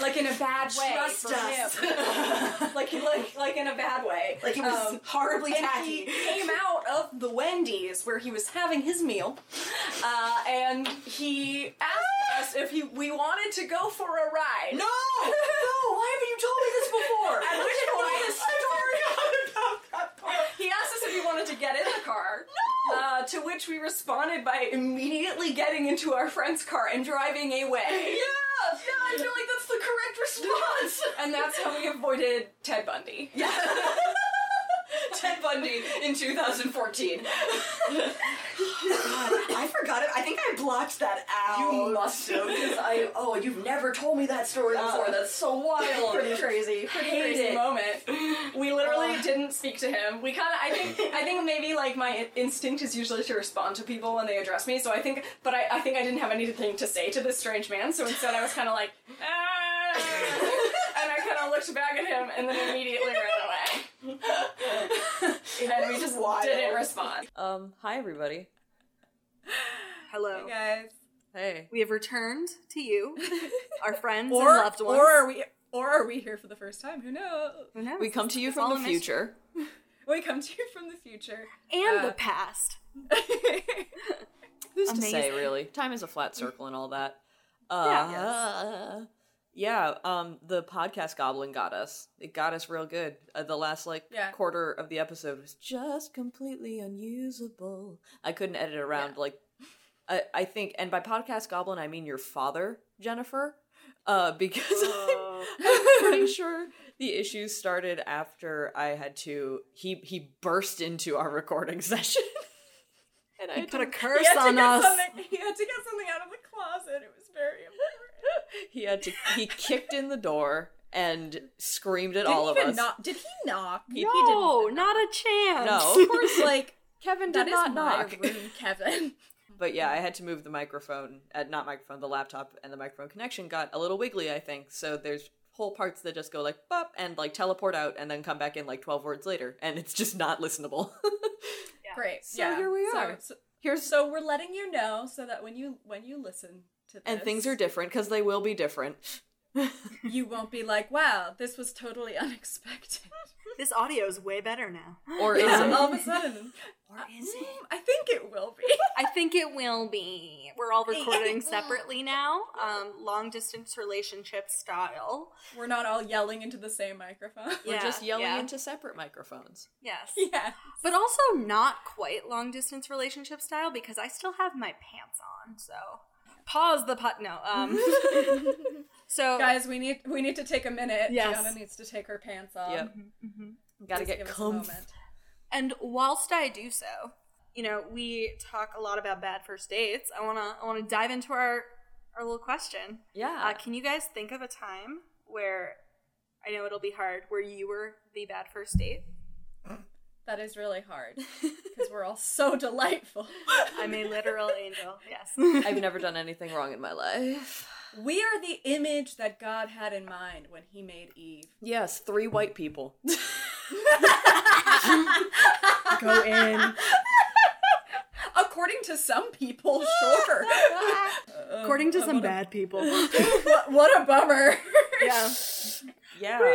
Speaker 3: like in a bad way.
Speaker 4: Trust
Speaker 3: for
Speaker 4: us.
Speaker 3: him. like he like like in a bad way.
Speaker 4: Like it was
Speaker 3: Um,
Speaker 4: horribly
Speaker 3: and
Speaker 4: tacky.
Speaker 3: he came out of the Wendy's where he was having his meal, uh, and he asked us if he, we wanted to go for a ride.
Speaker 4: no! No! Why haven't you told me this before?
Speaker 3: At
Speaker 4: I
Speaker 3: which
Speaker 4: know
Speaker 3: point-
Speaker 4: this story.
Speaker 3: He asked us if we wanted to get in the car.
Speaker 4: No!
Speaker 3: Uh, to which we responded by immediately getting into our friend's car and driving away.
Speaker 2: yeah, I feel like that's the correct response.
Speaker 3: And that's how we avoided Ted Bundy.
Speaker 2: Ted Bundy in 2014.
Speaker 4: God, I forgot it. I think I blocked that out.
Speaker 2: You must have, because Oh, I oh, you've never told me that story before. That's so wild.
Speaker 3: Pretty crazy, pretty
Speaker 2: Hate
Speaker 3: crazy
Speaker 2: it.
Speaker 3: moment. We literally didn't speak to him. We kind of, I think, I think maybe like my in- instinct is usually to respond to people when they address me. So I think, but I, I think I didn't have anything to say to this strange man. So instead, I was kind of like, ah, and I kind of looked back at him and then immediately ran away. and we
Speaker 4: was
Speaker 3: just
Speaker 4: wild.
Speaker 3: didn't respond.
Speaker 5: Um, hi everybody.
Speaker 6: Hello.
Speaker 5: guys. Hey.
Speaker 6: We have returned to you, our friends
Speaker 5: Or,
Speaker 6: and loved ones.
Speaker 5: or are we or are we here for the first time? Who knows?
Speaker 6: Who knows?
Speaker 5: We come to you
Speaker 6: It's
Speaker 5: from
Speaker 6: all
Speaker 5: the
Speaker 6: a mystery.
Speaker 5: future. we come to you from the future.
Speaker 6: and
Speaker 5: uh,
Speaker 6: the past.
Speaker 5: Who's to
Speaker 6: Amazing.
Speaker 5: say really? Mm. Time is a flat circle and all that.
Speaker 6: Yeah.
Speaker 5: Uh, yeah, um the podcast goblin got us. It got us real good. Uh, the last like
Speaker 6: Yeah.
Speaker 5: quarter of the episode was just completely unusable. I couldn't edit around like I, I think, and by podcast goblin, I mean your father, Jennifer, uh, because I'm, I'm pretty sure the issues started after I had to. He he burst into our recording session.
Speaker 6: And I put a
Speaker 5: He
Speaker 6: curse
Speaker 5: had to
Speaker 6: on
Speaker 5: get
Speaker 6: us.
Speaker 5: something- He had to get something out of the closet. It was very important. he had to. He kicked in the door and screamed at all of us.
Speaker 7: Did he knock?
Speaker 5: He-
Speaker 6: No,
Speaker 5: he didn't even
Speaker 6: not a chance.
Speaker 5: no, of course, like Kevin did
Speaker 7: That is my
Speaker 5: not knock.
Speaker 7: room, Kevin.
Speaker 5: But yeah, I had to move the microphone, uh, not microphone, the laptop and the microphone connection got a little wiggly, I think. So there's whole parts that just go like bop and like teleport out and then come back in like 12 words later and it's just not listenable.
Speaker 7: Great.
Speaker 5: So here we
Speaker 7: so,
Speaker 5: are.
Speaker 7: So,
Speaker 5: Here's
Speaker 7: so we're letting you know so that when you when you listen to this,
Speaker 5: and things are different cuz they will be different.
Speaker 7: you won't be like, wow, this was totally unexpected.
Speaker 6: This audio is way better now.
Speaker 5: Or is
Speaker 3: Oh,
Speaker 5: it?
Speaker 7: All of a sudden, Mm, I think it will be.
Speaker 6: I think it will be. We're all recording separately now, um, long distance relationship style.
Speaker 7: We're not all yelling into the same microphone.
Speaker 5: We're
Speaker 6: Yeah,
Speaker 5: just yelling
Speaker 6: yeah.
Speaker 5: into separate microphones.
Speaker 6: Yes.
Speaker 7: yeah.
Speaker 6: But also not quite long distance relationship style because I still have my pants on. So pause the pot. No. Um. so
Speaker 7: Guys, we need we need to take a minute.
Speaker 6: Yes.
Speaker 7: Gianna needs to take her pants off.
Speaker 5: Yep. Got to
Speaker 7: Just
Speaker 5: get
Speaker 7: give us a
Speaker 5: comf.
Speaker 7: moment.
Speaker 6: And whilst I do so, you know, we talk a lot about bad first dates. I wanna I wanna dive into our our little question. Uh,
Speaker 5: Yeah.
Speaker 6: can you guys think of a time where I know it'll be hard where you were the bad first date?
Speaker 3: That is really hard because we're all so delightful.
Speaker 6: I'm a literal angel. Yes.
Speaker 5: I've never done anything wrong in my life.
Speaker 3: We are the image that God had in mind when He made Eve.
Speaker 5: Yes, three white people.
Speaker 3: Go in. According to some people, sure.
Speaker 6: According to some bad people.
Speaker 3: what, what a bummer.
Speaker 6: yeah.
Speaker 5: Yeah.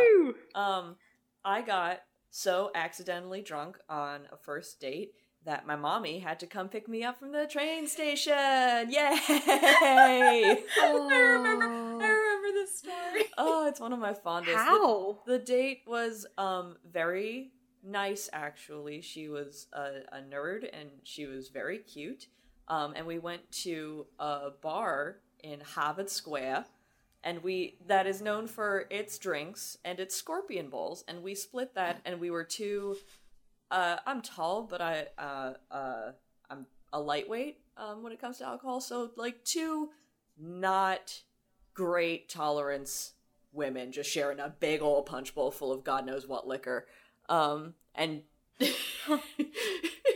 Speaker 5: Um, I got so accidentally drunk on a first date that my mommy had to come pick me up from the train station. Yay!
Speaker 3: I remember. I remember this story.
Speaker 5: oh, it's one of my fondest. The-
Speaker 6: How?
Speaker 5: The, date was um very nice actually. She was a, a nerd and she was very cute. Um, and we went to a bar in Harvard Square, and we that is known for its drinks and its scorpion bowls. And we split that, and we were two. Uh, I'm tall, but I uh, uh, I'm a lightweight um, when it comes to alcohol. So like two not great tolerance women just sharing a big old punch bowl full of God knows what liquor. Um, and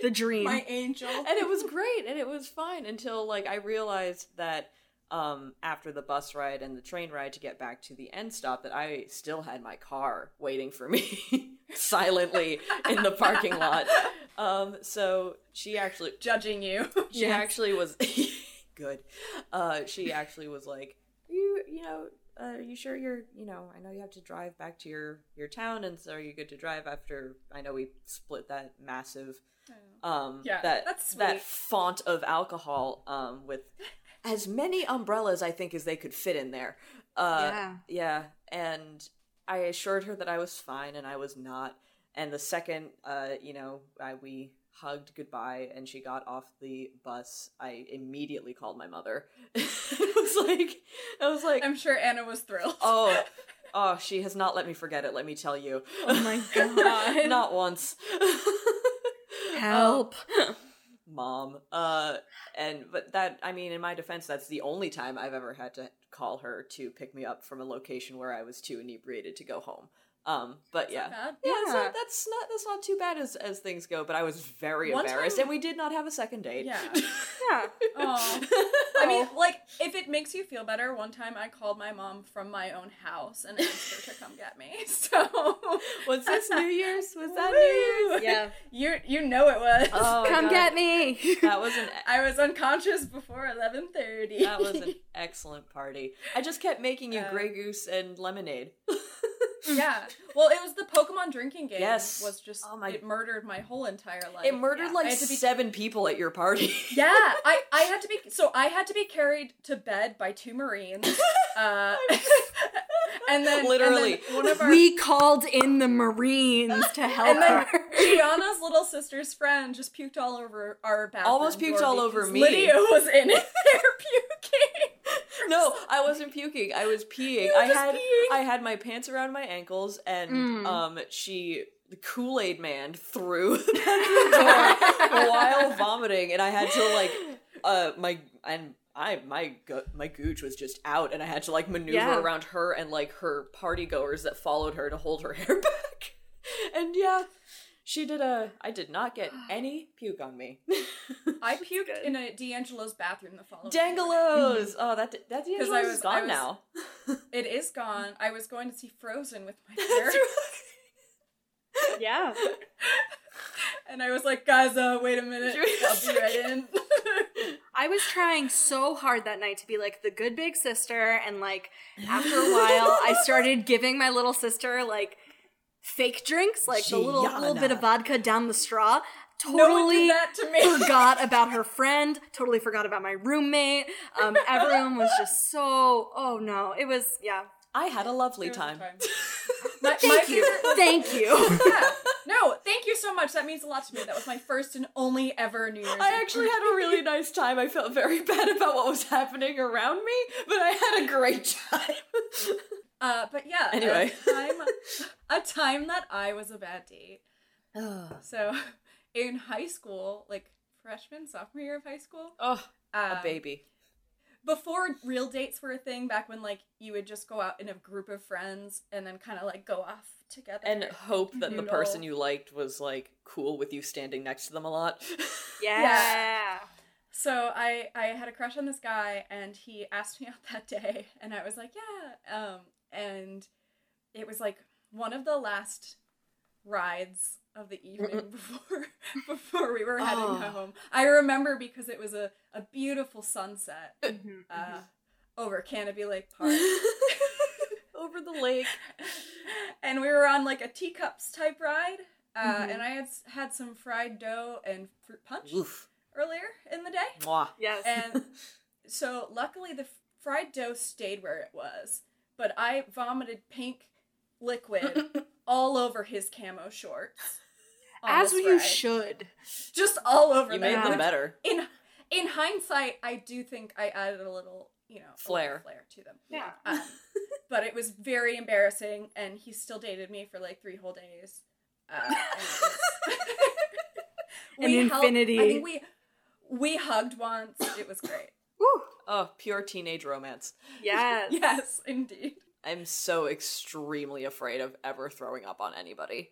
Speaker 6: The dream.
Speaker 3: My angel.
Speaker 5: and it was great and it was fine until like I realized that um after the bus ride and the train ride to get back to the end stop that I still had my car waiting for me silently in the parking lot. Um so she actually
Speaker 3: Judging you.
Speaker 5: she actually was good. Uh, she actually was like, "Are you, you know, uh, are you sure you're, you know, I know you have to drive back to your your town, and so are you good to drive after? I know we split that massive, um,
Speaker 3: Oh. Yeah,
Speaker 5: that
Speaker 3: that's
Speaker 5: that
Speaker 3: sweet.
Speaker 5: font of alcohol, um, with as many umbrellas I think as they could fit in there. Uh,
Speaker 6: Yeah.
Speaker 5: yeah, and I assured her that I was fine, and I was not. And the second, uh, you know, I, we hugged goodbye, and she got off the bus, I immediately called my mother. it was like, I was like,
Speaker 3: I'm sure Anna was thrilled.
Speaker 5: oh, oh, she has not let me forget it. Let me tell you,
Speaker 6: oh my god.
Speaker 5: not once.
Speaker 6: Help.
Speaker 5: mom. Uh, and but that I mean, in my defense, that's the only time I've ever had to call her to pick me up from a location where I was too inebriated to go home. Um, but yeah.
Speaker 3: Bad.
Speaker 5: Yeah, so
Speaker 6: Yeah.
Speaker 5: that's not that's not too bad as as things go. But I was very
Speaker 3: One
Speaker 5: embarrassed,
Speaker 3: time-
Speaker 5: and we did not have a second date.
Speaker 3: Yeah.
Speaker 6: Yeah.
Speaker 3: Oh. I mean, like, if it makes you feel better, one time I called my mom from my own house and asked her to come get me. So
Speaker 5: was this New Year's? Was that
Speaker 3: Woo!
Speaker 5: New Year's?
Speaker 6: Yeah.
Speaker 3: you you know it was.
Speaker 5: Oh,
Speaker 6: Come
Speaker 5: God.
Speaker 6: get me.
Speaker 5: That was an
Speaker 3: I was unconscious before eleven thirty.
Speaker 5: that was an excellent party. I just kept making you
Speaker 3: Uh,
Speaker 5: Grey Goose and lemonade.
Speaker 3: yeah. Well, it was the Pokemon drinking game.
Speaker 5: Yes.
Speaker 3: was just
Speaker 5: Oh my-
Speaker 3: it murdered my whole entire life.
Speaker 5: It murdered
Speaker 3: Yeah. I
Speaker 5: like
Speaker 3: had to be-
Speaker 5: seven people at your party.
Speaker 3: Yeah, I, I had to be so I had to be carried to bed by two marines, uh, and then and then
Speaker 5: Literally.
Speaker 3: one of our
Speaker 6: We called in the Marines to help
Speaker 3: And then
Speaker 6: her.
Speaker 3: Gianna's little sister's friend just puked all over our bathroom.
Speaker 5: Almost puked
Speaker 3: door
Speaker 5: all over
Speaker 3: because
Speaker 5: me.
Speaker 3: Lydia was in it there puking.
Speaker 5: No, I wasn't puking. I was peeing. I
Speaker 3: just
Speaker 5: had
Speaker 3: peeing. Mm.
Speaker 5: I had my pants around my ankles, and um, she the Kool Aid Man through the bedroom door while vomiting, and I had to like uh my and. I my go- my gooch was just out, and I had to like maneuver
Speaker 6: Yeah.
Speaker 5: around her and like her party goers that followed her to hold her hair back. And yeah, she did a. I did not get any puke on me.
Speaker 3: I puked in a D'Angelo's bathroom the following. morning.
Speaker 5: Dangelos. Oh, that that D'Angelo's
Speaker 3: Mm-hmm. I
Speaker 5: is
Speaker 3: was- I
Speaker 5: gone
Speaker 3: was-
Speaker 5: now.
Speaker 3: It is gone. I was going to see Frozen with my parents,
Speaker 6: Yeah.
Speaker 3: and I was like, guys, uh, wait a minute, I'll be right in.
Speaker 6: I was trying so hard that night to be like the good big sister, and like after a while, I started giving my little sister like fake drinks, like the little little bit of
Speaker 5: Gianna.
Speaker 6: vodka down the straw. Totally
Speaker 3: no one did that to me.
Speaker 6: forgot about her friend. Totally forgot about my roommate. Um, everyone was just so. Oh no, it was yeah.
Speaker 5: I had a lovely
Speaker 3: There was a
Speaker 5: time.
Speaker 3: My, my
Speaker 6: Thank you,
Speaker 3: favorite-
Speaker 6: thank you.
Speaker 3: yeah. No, thank you so much. That means a lot to me. That was my first and only ever New Year's.
Speaker 5: I
Speaker 3: Eve.
Speaker 5: actually had a really nice time. I felt very bad about what was happening around me, but I had a great time.
Speaker 3: Uh, but yeah.
Speaker 5: Anyway.
Speaker 3: a time, a time that I was a bad date
Speaker 5: Ugh.
Speaker 3: So in high school, like freshman, sophomore year of high school,
Speaker 5: oh,
Speaker 3: um,
Speaker 5: a baby.
Speaker 3: Before real dates were a thing, back when like you would just go out in a group of friends and then kind of like go off together.
Speaker 5: And hope that the person
Speaker 3: Noodle.
Speaker 5: you liked was like cool with you standing next to them a lot.
Speaker 6: Yeah.
Speaker 3: So I I had a crush on this guy and he asked me out that day and I was like, "Yeah." Um and it was like one of the last rides of the evening before before we were heading home. I remember because it was a a beautiful sunset uh, over Canopy Lake Park.
Speaker 5: Over the lake.
Speaker 3: and we were on like a teacups type ride. Uh, and I had s- had some fried dough and fruit punch
Speaker 5: Oof.
Speaker 3: earlier in the day.
Speaker 5: Mwah.
Speaker 6: Yes.
Speaker 3: And so luckily the fried dough stayed where it was, but I vomited pink liquid all over his camo shorts. on
Speaker 6: As
Speaker 3: this
Speaker 6: you
Speaker 3: ride.
Speaker 6: should.
Speaker 3: Just all over
Speaker 5: You
Speaker 3: them.
Speaker 5: made
Speaker 6: Yeah.
Speaker 5: them better.
Speaker 3: In in hindsight, I do think I added a little, you know, a little
Speaker 5: Flair.
Speaker 3: flair to them.
Speaker 6: Yeah.
Speaker 3: Um, but it was very embarrassing, and he still dated me for like three whole days. Uh, and it was-
Speaker 6: An
Speaker 3: held- I
Speaker 6: infinity.
Speaker 3: think we we hugged once. It was great.
Speaker 6: Woo.
Speaker 5: Oh, pure teenage romance.
Speaker 6: Yes.
Speaker 3: Yes, indeed.
Speaker 5: I'm so extremely afraid of ever throwing up on anybody.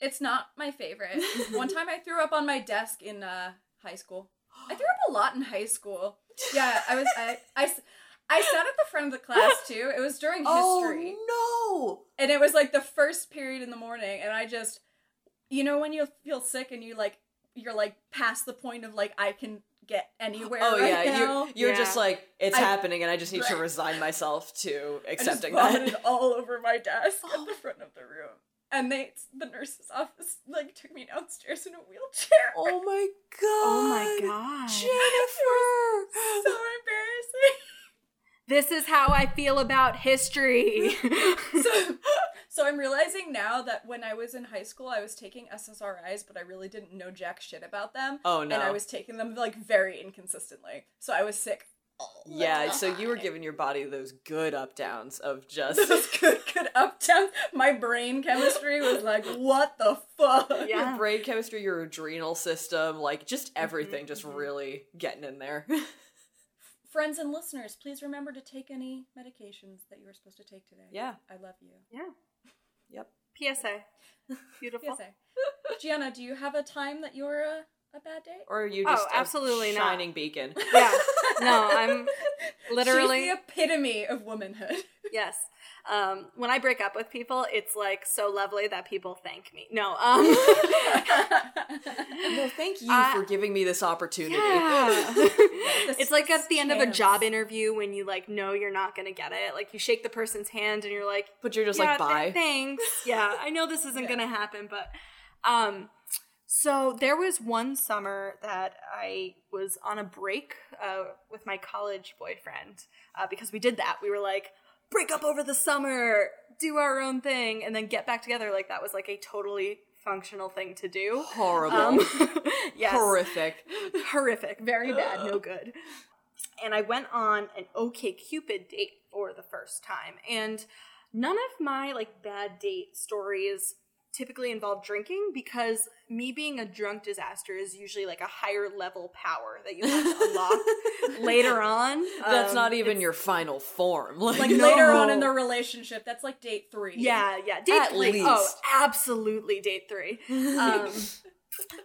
Speaker 3: It's not my favorite. One time I threw up on my desk in uh, high school. I threw up a lot in high school. Yeah, I was. I, I, s- I sat at the front of the class too. It was during history,
Speaker 5: Oh
Speaker 3: and it was like the first period in the morning, and I just, you know, when you feel sick and you like, you're like past the point of like I can get anywhere.
Speaker 5: no! Oh
Speaker 3: right now.
Speaker 5: yeah, you you're
Speaker 6: Yeah.
Speaker 5: just like it's
Speaker 3: I-
Speaker 5: happening, and I just need to resign myself to
Speaker 3: I just
Speaker 5: accepting
Speaker 3: vomited
Speaker 5: that.
Speaker 3: all over my desk at the front of the room. And they, the nurse's office, like took me downstairs in a wheelchair.
Speaker 5: Oh my god!
Speaker 6: Oh my god.
Speaker 5: Jennifer!
Speaker 3: so embarrassing.
Speaker 6: This is how I feel about history.
Speaker 3: so, so I'm realizing now that when I was in high school, I was taking SSRIs, but I really didn't know jack shit about them.
Speaker 5: Oh no!
Speaker 3: And I was taking them like very inconsistently. So I was sick. all the
Speaker 5: yeah, so you were
Speaker 3: time.
Speaker 5: giving your body those good up downs of
Speaker 3: This
Speaker 5: just
Speaker 3: is good, good up down. My brain chemistry was like, what the fuck?
Speaker 6: yeah. Mm-hmm,
Speaker 5: brain chemistry, your adrenal system, like just everything, just really getting in there.
Speaker 3: Friends and listeners, please remember to take any medications that you were supposed to take today.
Speaker 5: Yeah.
Speaker 3: I love you.
Speaker 5: yep.
Speaker 6: PSA. Beautiful.
Speaker 3: PSA. Gianna, do you have a time that you're a, a bad date?
Speaker 5: Or are you
Speaker 6: Oh,
Speaker 5: just a
Speaker 6: absolutely not.
Speaker 5: shining beacon?
Speaker 6: Yeah. No, I'm literally
Speaker 3: She's the epitome of womanhood.
Speaker 6: Yes. Um, when I break up with people, it's like so lovely that people thank me. No. Um,
Speaker 5: Well, thank you
Speaker 6: I-
Speaker 5: for giving me this opportunity.
Speaker 6: yeah.
Speaker 3: This
Speaker 6: it's like at the end of a
Speaker 3: chance.
Speaker 6: job interview when you like know you're not gonna get it. Like you shake the person's hand and you're like,
Speaker 5: But you're just
Speaker 6: yeah,
Speaker 5: like,
Speaker 6: th-
Speaker 5: bye.
Speaker 6: thanks. Yeah, I know this isn't gonna happen, but um, so there was one summer that I was on a break uh, with my college boyfriend uh, because we did that. We were like, break up over the summer, do our own thing, and then get back together. Like that was like a totally functional thing to do.
Speaker 5: Horrible.
Speaker 6: Um, yes
Speaker 5: Horrific.
Speaker 6: horrific, very bad, no good. And I went on an OK Cupid date for the first time, and none of my like bad date stories typically involve drinking because me being a drunk disaster is usually like a higher level power that you have to unlock later on.
Speaker 5: That's
Speaker 6: Um,
Speaker 5: not even
Speaker 6: it's-
Speaker 5: your final form. Like,
Speaker 3: Like
Speaker 6: No.
Speaker 3: later on in the relationship, that's like date three.
Speaker 6: Yeah, yeah. Date
Speaker 5: At
Speaker 6: three. Oh,
Speaker 5: least.
Speaker 6: absolutely date three. Um,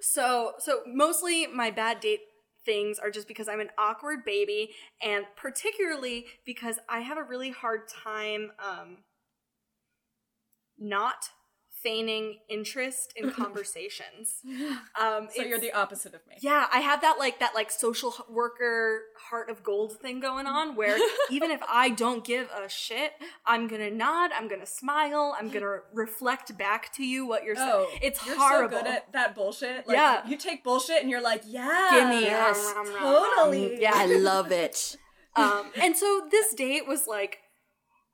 Speaker 6: so so mostly my bad date things are just because I'm an awkward baby, and particularly because I have a really hard time um, not feigning interest in conversations. Um,
Speaker 3: So you're
Speaker 6: it's-
Speaker 3: the opposite of me.
Speaker 6: yeah, I have that like that like social h- worker heart of gold thing going on where even if I don't give a shit, I'm going to nod, I'm going to smile, I'm going to reflect back to you what you're saying.
Speaker 3: Oh,
Speaker 6: it's
Speaker 3: you're
Speaker 6: horrible.
Speaker 3: so good at that bullshit. Like,
Speaker 6: Yeah.
Speaker 3: you take bullshit and you're like, yeah,
Speaker 6: Gimme.
Speaker 3: yes,
Speaker 6: Rum, rum, rum, rum.
Speaker 3: totally.
Speaker 6: Mm, Yeah. I
Speaker 5: love it.
Speaker 6: um, and so this date was like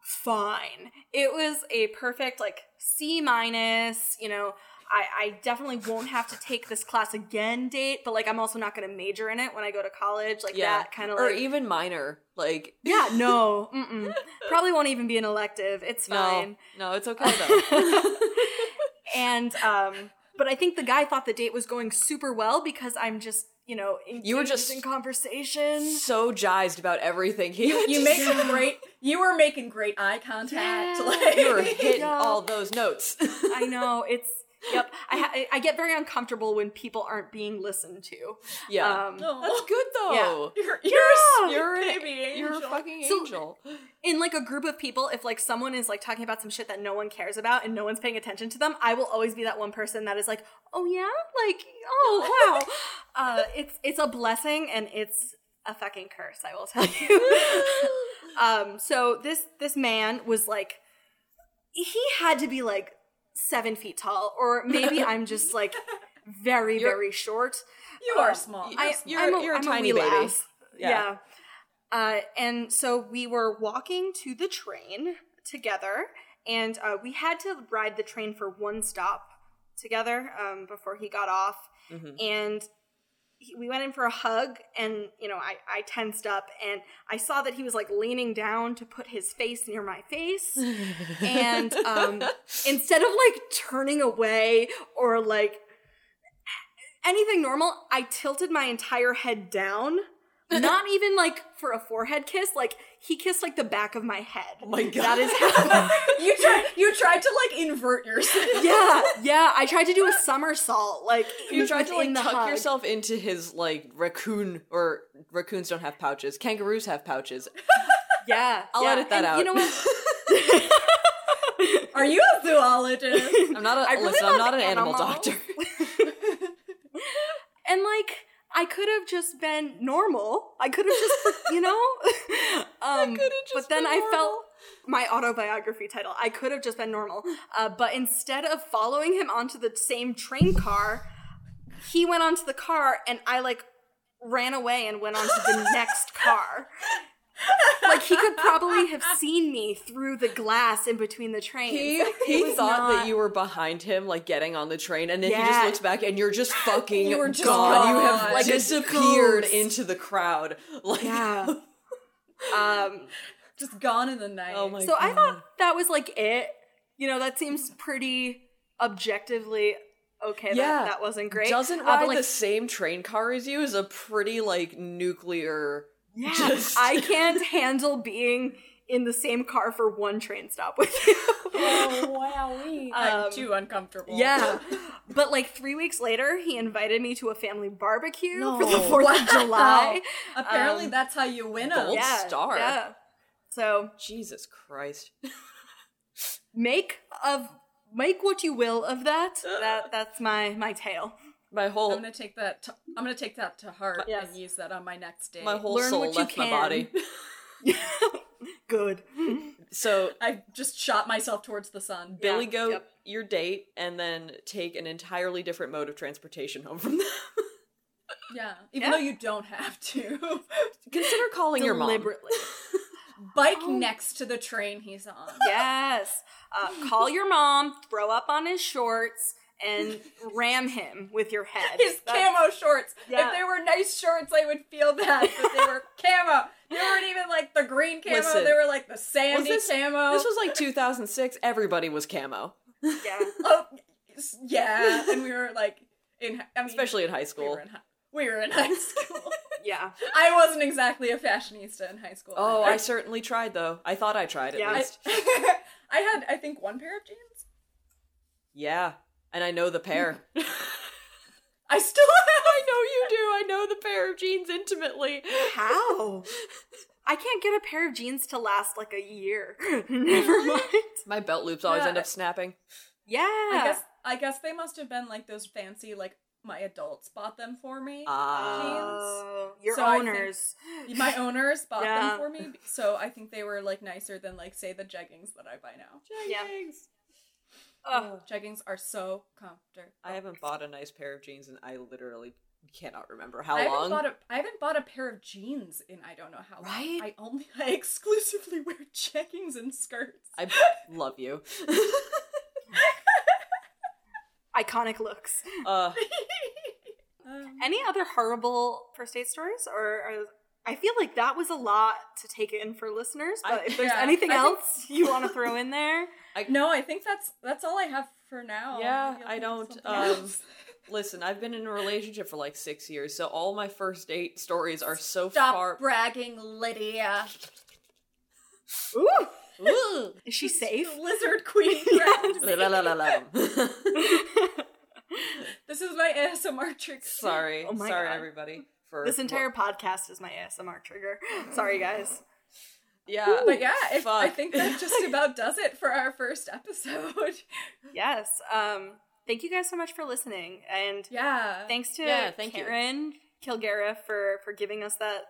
Speaker 6: fine. It was a perfect like C minus. You know, I, I definitely won't have to take this class again. Date, but like I'm also not going to major in it when I go to college. Like
Speaker 5: Yeah.
Speaker 6: that kind of
Speaker 5: Or
Speaker 6: like
Speaker 5: even minor. Like,
Speaker 6: yeah no mm-mm. probably won't even be an elective. It's
Speaker 5: no.
Speaker 6: fine.
Speaker 5: No, it's okay though.
Speaker 6: and um, But I think the guy thought the date was going super well because I'm just, you know, engaged
Speaker 5: You were just-
Speaker 6: in conversation.
Speaker 5: so jazzed about everything he had
Speaker 3: You
Speaker 5: to
Speaker 3: make great. You were making great eye contact.
Speaker 6: Yeah.
Speaker 3: Like
Speaker 5: say. You were hitting
Speaker 6: Yeah.
Speaker 5: all those notes.
Speaker 6: I know it's. Yep, I, ha- I- I get very uncomfortable when people aren't being listened to.
Speaker 5: yeah.
Speaker 6: Um,
Speaker 3: No.
Speaker 5: That's good though.
Speaker 3: you're, you're,
Speaker 6: Yeah.
Speaker 3: you're
Speaker 5: You're, an-
Speaker 3: baby angel.
Speaker 5: you're a fucking
Speaker 6: So-
Speaker 5: angel.
Speaker 6: in like a group of people, if like someone is like talking about some shit that no one cares about and no one's paying attention to them, I will always be that one person that is like, "Oh yeah, like oh wow." uh, it's it's a blessing and it's a fucking curse. I will tell you. um, so this this man was like, he had to be like seven feet tall, or maybe I'm just like very
Speaker 5: You're-
Speaker 6: very short. Um,
Speaker 3: You are small.
Speaker 5: I- You're- you're a tiny
Speaker 6: wheel
Speaker 5: baby.
Speaker 6: ass.
Speaker 5: Yeah.
Speaker 6: Yeah. Uh, and so we were walking to the train together, and uh, we had to ride the train for one stop together um, before he got off.
Speaker 5: Mm-hmm.
Speaker 6: And he, we went in for a hug, and you know, I, I tensed up, and I saw that he was like leaning down to put his face near my face, and um, instead of like turning away or like anything normal, I tilted my entire head down. Not even like for a forehead kiss, like he kissed like the back of my head. Oh my god. That is how
Speaker 3: you tried. You tried to like invert yourself.
Speaker 6: Yeah, yeah. I tried to do a somersault. Like
Speaker 5: You tried to like
Speaker 6: in the
Speaker 5: tuck
Speaker 6: hug.
Speaker 5: yourself into his like raccoon or raccoons don't have pouches. Kangaroos have pouches.
Speaker 6: Yeah.
Speaker 5: I'll
Speaker 6: yeah.
Speaker 5: edit that
Speaker 6: And
Speaker 5: out.
Speaker 6: You know what?
Speaker 3: Are you a zoologist?
Speaker 5: I'm not a
Speaker 6: I really
Speaker 5: listen, I'm
Speaker 6: love
Speaker 5: not an animal
Speaker 6: animals.
Speaker 5: doctor.
Speaker 6: And like I could have just been normal. I could have just, you know. Um, but then I felt my autobiography title. I could have just been normal. Uh, but instead of following him onto the same train car, he went onto the car, and I like ran away and went onto the next car. Like he could probably have seen me through the glass in between the trains.
Speaker 5: He
Speaker 6: Like, it
Speaker 5: he
Speaker 6: was
Speaker 5: thought
Speaker 6: not-
Speaker 5: that you were behind him, like getting on the train, and then he just
Speaker 6: Yeah.
Speaker 5: looks back and you're just fucking
Speaker 3: You were just
Speaker 5: gone. You
Speaker 3: gone.
Speaker 5: have like
Speaker 6: Like a
Speaker 5: disappeared
Speaker 6: ghost.
Speaker 5: into the crowd. Like
Speaker 6: Yeah. Um.
Speaker 3: Just gone in the night.
Speaker 5: Oh my
Speaker 6: so I
Speaker 5: God.
Speaker 6: thought that was like it. You know, that seems pretty objectively okay.
Speaker 5: Yeah.
Speaker 6: That, that wasn't great.
Speaker 5: Doesn't
Speaker 6: Uh, but,
Speaker 5: ride
Speaker 6: like,
Speaker 5: the same train car as you is a pretty like nuclear
Speaker 6: yeah,
Speaker 5: just-
Speaker 6: I can't handle being in the same car for one train stop with you.
Speaker 3: Oh, I'm
Speaker 6: Um,
Speaker 3: too uncomfortable.
Speaker 6: yeah. But like three weeks later, he invited me to a family barbecue for the
Speaker 5: No.
Speaker 6: 4th of July.
Speaker 3: Apparently,
Speaker 6: Um,
Speaker 3: that's how you win a
Speaker 5: Gold
Speaker 6: yeah,
Speaker 5: star.
Speaker 6: Yeah. So
Speaker 5: Jesus Christ.
Speaker 6: make of make what you will of that.
Speaker 5: Uh.
Speaker 6: That that's my my tale.
Speaker 5: My
Speaker 3: I'm
Speaker 5: whole
Speaker 3: gonna take that. To, I'm gonna take that to heart
Speaker 6: Yes.
Speaker 3: and use that on my next day.
Speaker 5: my whole
Speaker 6: Learn
Speaker 5: soul
Speaker 6: what you
Speaker 5: left my
Speaker 6: can.
Speaker 5: body.
Speaker 6: Good.
Speaker 5: So
Speaker 3: I just shot myself towards the sun.
Speaker 5: Billy
Speaker 6: Yeah,
Speaker 5: go
Speaker 6: yep.
Speaker 5: your date and then take an entirely different mode of transportation home from them.
Speaker 3: Yeah, even
Speaker 6: Yeah.
Speaker 3: though you don't have to.
Speaker 5: Consider calling your mom.
Speaker 6: Deliberately.
Speaker 3: Bike
Speaker 5: Oh.
Speaker 3: next to the train he's on.
Speaker 6: yes. Uh, call your mom, throw up on his shorts, and ram him with your head.
Speaker 3: His
Speaker 6: That-
Speaker 3: camo shorts.
Speaker 6: Yeah.
Speaker 3: If they were nice shorts, I would feel that. But they were camo. They weren't even like the green camo.
Speaker 5: Listen.
Speaker 3: they were like the sandy
Speaker 5: this-
Speaker 3: camo.
Speaker 5: This was like 2006. Everybody was camo,
Speaker 6: yeah.
Speaker 3: oh, yeah. And we were like in. I mean,
Speaker 5: especially in high
Speaker 3: we
Speaker 5: school.
Speaker 3: were in high, we were in high school.
Speaker 6: Yeah.
Speaker 3: I wasn't exactly a fashionista in high school.
Speaker 5: Oh, I
Speaker 3: either.
Speaker 5: certainly tried though. I thought I tried at
Speaker 6: Yeah.
Speaker 5: least.
Speaker 3: I had I think one pair of jeans.
Speaker 5: Yeah, and I know the pair.
Speaker 3: I still
Speaker 5: I know you do. I know the pair of jeans intimately.
Speaker 6: How? I can't get a pair of jeans to last like a year. Never mind.
Speaker 5: My belt loops always
Speaker 3: Yeah.
Speaker 5: end up snapping.
Speaker 6: Yeah.
Speaker 3: I guess I guess they must have been like those fancy like my adults bought them for me.
Speaker 5: Ah,
Speaker 6: Oh, your
Speaker 3: So I think-
Speaker 6: owners.
Speaker 3: my owners bought
Speaker 6: Yeah.
Speaker 3: them for me, so I think they were like nicer than like say the jeggings that I buy now.
Speaker 6: Yeah.
Speaker 3: Oh, jeggings are so comfortable.
Speaker 5: I haven't bought a nice pair of jeans, and I literally cannot remember how
Speaker 3: I haven't
Speaker 5: long.
Speaker 3: bought a I haven't bought a pair of jeans in I don't know how long.
Speaker 5: Right?
Speaker 3: I only I exclusively wear jeggings and skirts.
Speaker 5: I love you.
Speaker 6: Iconic looks.
Speaker 5: Uh,
Speaker 3: Um,
Speaker 6: Any other horrible first aid stories, or, or I feel like that was a lot to take in for listeners, but
Speaker 5: I-
Speaker 6: if there's
Speaker 3: yeah,
Speaker 6: anything
Speaker 3: I think-
Speaker 6: else you want to throw in there,
Speaker 3: No, I think that's that's all I have for now.
Speaker 5: yeah,
Speaker 3: Maybe I'll
Speaker 5: I
Speaker 3: think of
Speaker 5: don't.
Speaker 3: something
Speaker 5: Um,
Speaker 3: else.
Speaker 5: listen, I've been in a relationship for like six years, so all my first date stories are so
Speaker 3: Stop
Speaker 5: far.
Speaker 3: bragging, Lydia.
Speaker 6: ooh,
Speaker 5: Ooh.
Speaker 6: is she safe?
Speaker 3: Lizard queen.
Speaker 5: La, la, la, la, la.
Speaker 3: This is my ASMR trick.
Speaker 5: sorry,
Speaker 6: Oh my
Speaker 5: sorry
Speaker 6: God.
Speaker 5: everybody for
Speaker 6: This entire podcast is my ASMR trigger. Sorry, guys.
Speaker 5: yeah.
Speaker 3: But yeah, if, I
Speaker 5: Fuck.
Speaker 3: think that just about does it for our first episode.
Speaker 6: Yes. Um. Thank you guys so much for listening, and
Speaker 3: Yeah.
Speaker 6: thanks to
Speaker 5: Yeah, thank you.
Speaker 6: Karen Kilgara for for giving us that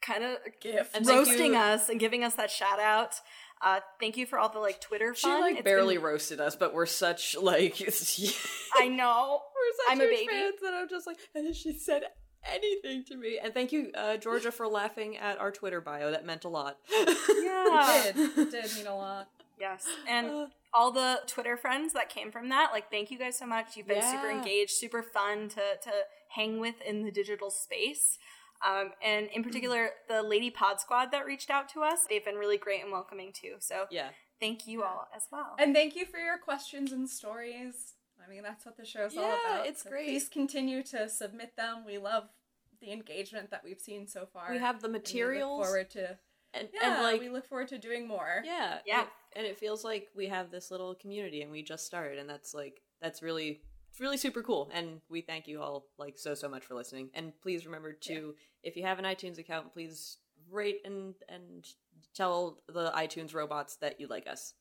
Speaker 6: kind of
Speaker 3: Gift.
Speaker 5: And thank
Speaker 6: roasting
Speaker 5: you-
Speaker 6: us and giving us that shout out. Uh, thank you for all the like Twitter
Speaker 5: she
Speaker 6: fun.
Speaker 5: like
Speaker 6: It's been-
Speaker 5: barely roasted us, but we're such like we're such
Speaker 6: I know. I'm a
Speaker 5: huge
Speaker 6: baby.
Speaker 5: fans that I'm just like, and she said anything to me. And thank you, uh, Georgia, for laughing at our Twitter bio. That meant a lot.
Speaker 6: Yeah.
Speaker 3: It did. It did mean a lot. Uh.
Speaker 6: yes. And all the Twitter friends that came from that, like, thank you guys so much. You've been super
Speaker 5: Yeah.
Speaker 6: engaged, super fun to to hang with in the digital space. Um, and
Speaker 3: Mm-hmm.
Speaker 6: in particular, the Lady Pod Squad that reached out to us, they've been really great and welcoming too. So
Speaker 5: yeah.
Speaker 6: thank you all as well.
Speaker 3: And thank you for your questions and stories. I mean, that's what the show's all
Speaker 5: Yeah,
Speaker 3: about.
Speaker 5: it's great.
Speaker 3: Please continue to submit them. We love the engagement that we've seen so far.
Speaker 5: We have the
Speaker 3: and we look
Speaker 5: materials
Speaker 3: forward to.
Speaker 5: and,
Speaker 3: Yeah,
Speaker 5: and like
Speaker 3: we look forward to doing more.
Speaker 5: Yeah.
Speaker 6: Yeah.
Speaker 5: And it, and it feels like we have this little community and we just started and that's like that's really it's really super cool and we thank you all like so so much for listening and please remember to if you have an iTunes account please rate and and tell the iTunes robots that you like us.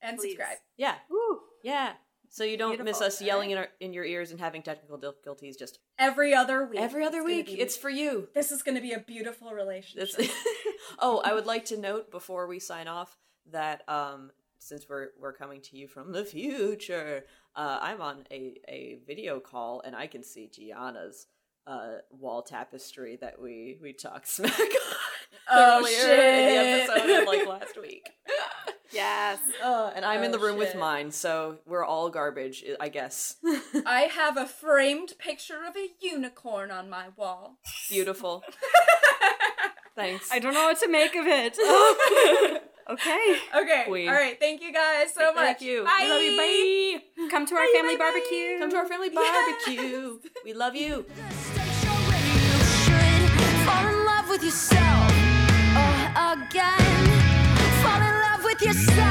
Speaker 3: and
Speaker 6: Please.
Speaker 3: subscribe.
Speaker 5: Yeah.
Speaker 6: Woo.
Speaker 5: Yeah. So you don't miss
Speaker 6: Beautiful.
Speaker 5: us yelling in our in your ears and having technical difficulties just
Speaker 3: Every other week.
Speaker 5: every other
Speaker 3: It's gonna
Speaker 5: week.
Speaker 3: be-
Speaker 5: It's for you.
Speaker 3: this is going to be a beautiful relationship.
Speaker 5: That's oh, I would like to note before we sign off that um, since we're we're coming to you from the future, uh, I'm on a, a video call and I can see Gianna's uh, wall tapestry that we we talked smack on
Speaker 3: Oh,
Speaker 5: earlier in
Speaker 3: shit.
Speaker 5: the episode and, like last week.
Speaker 6: Yes.
Speaker 5: Uh, and I'm in
Speaker 3: Oh,
Speaker 5: the room with
Speaker 3: shit.
Speaker 5: mine, so we're all garbage, I- I guess.
Speaker 3: I have a framed picture of a unicorn on my wall.
Speaker 5: Beautiful. Thanks.
Speaker 6: I don't know what to make of it. okay.
Speaker 3: Okay.
Speaker 5: Queen.
Speaker 3: All right. Thank you guys so much.
Speaker 5: Thank you.
Speaker 3: Bye.
Speaker 5: We love you. Bye.
Speaker 6: Come to our family barbecue.
Speaker 5: Come to our family barbecue. We love you.
Speaker 8: Fall uh, in love with yourself. Oh, again. Fall in love with yourself.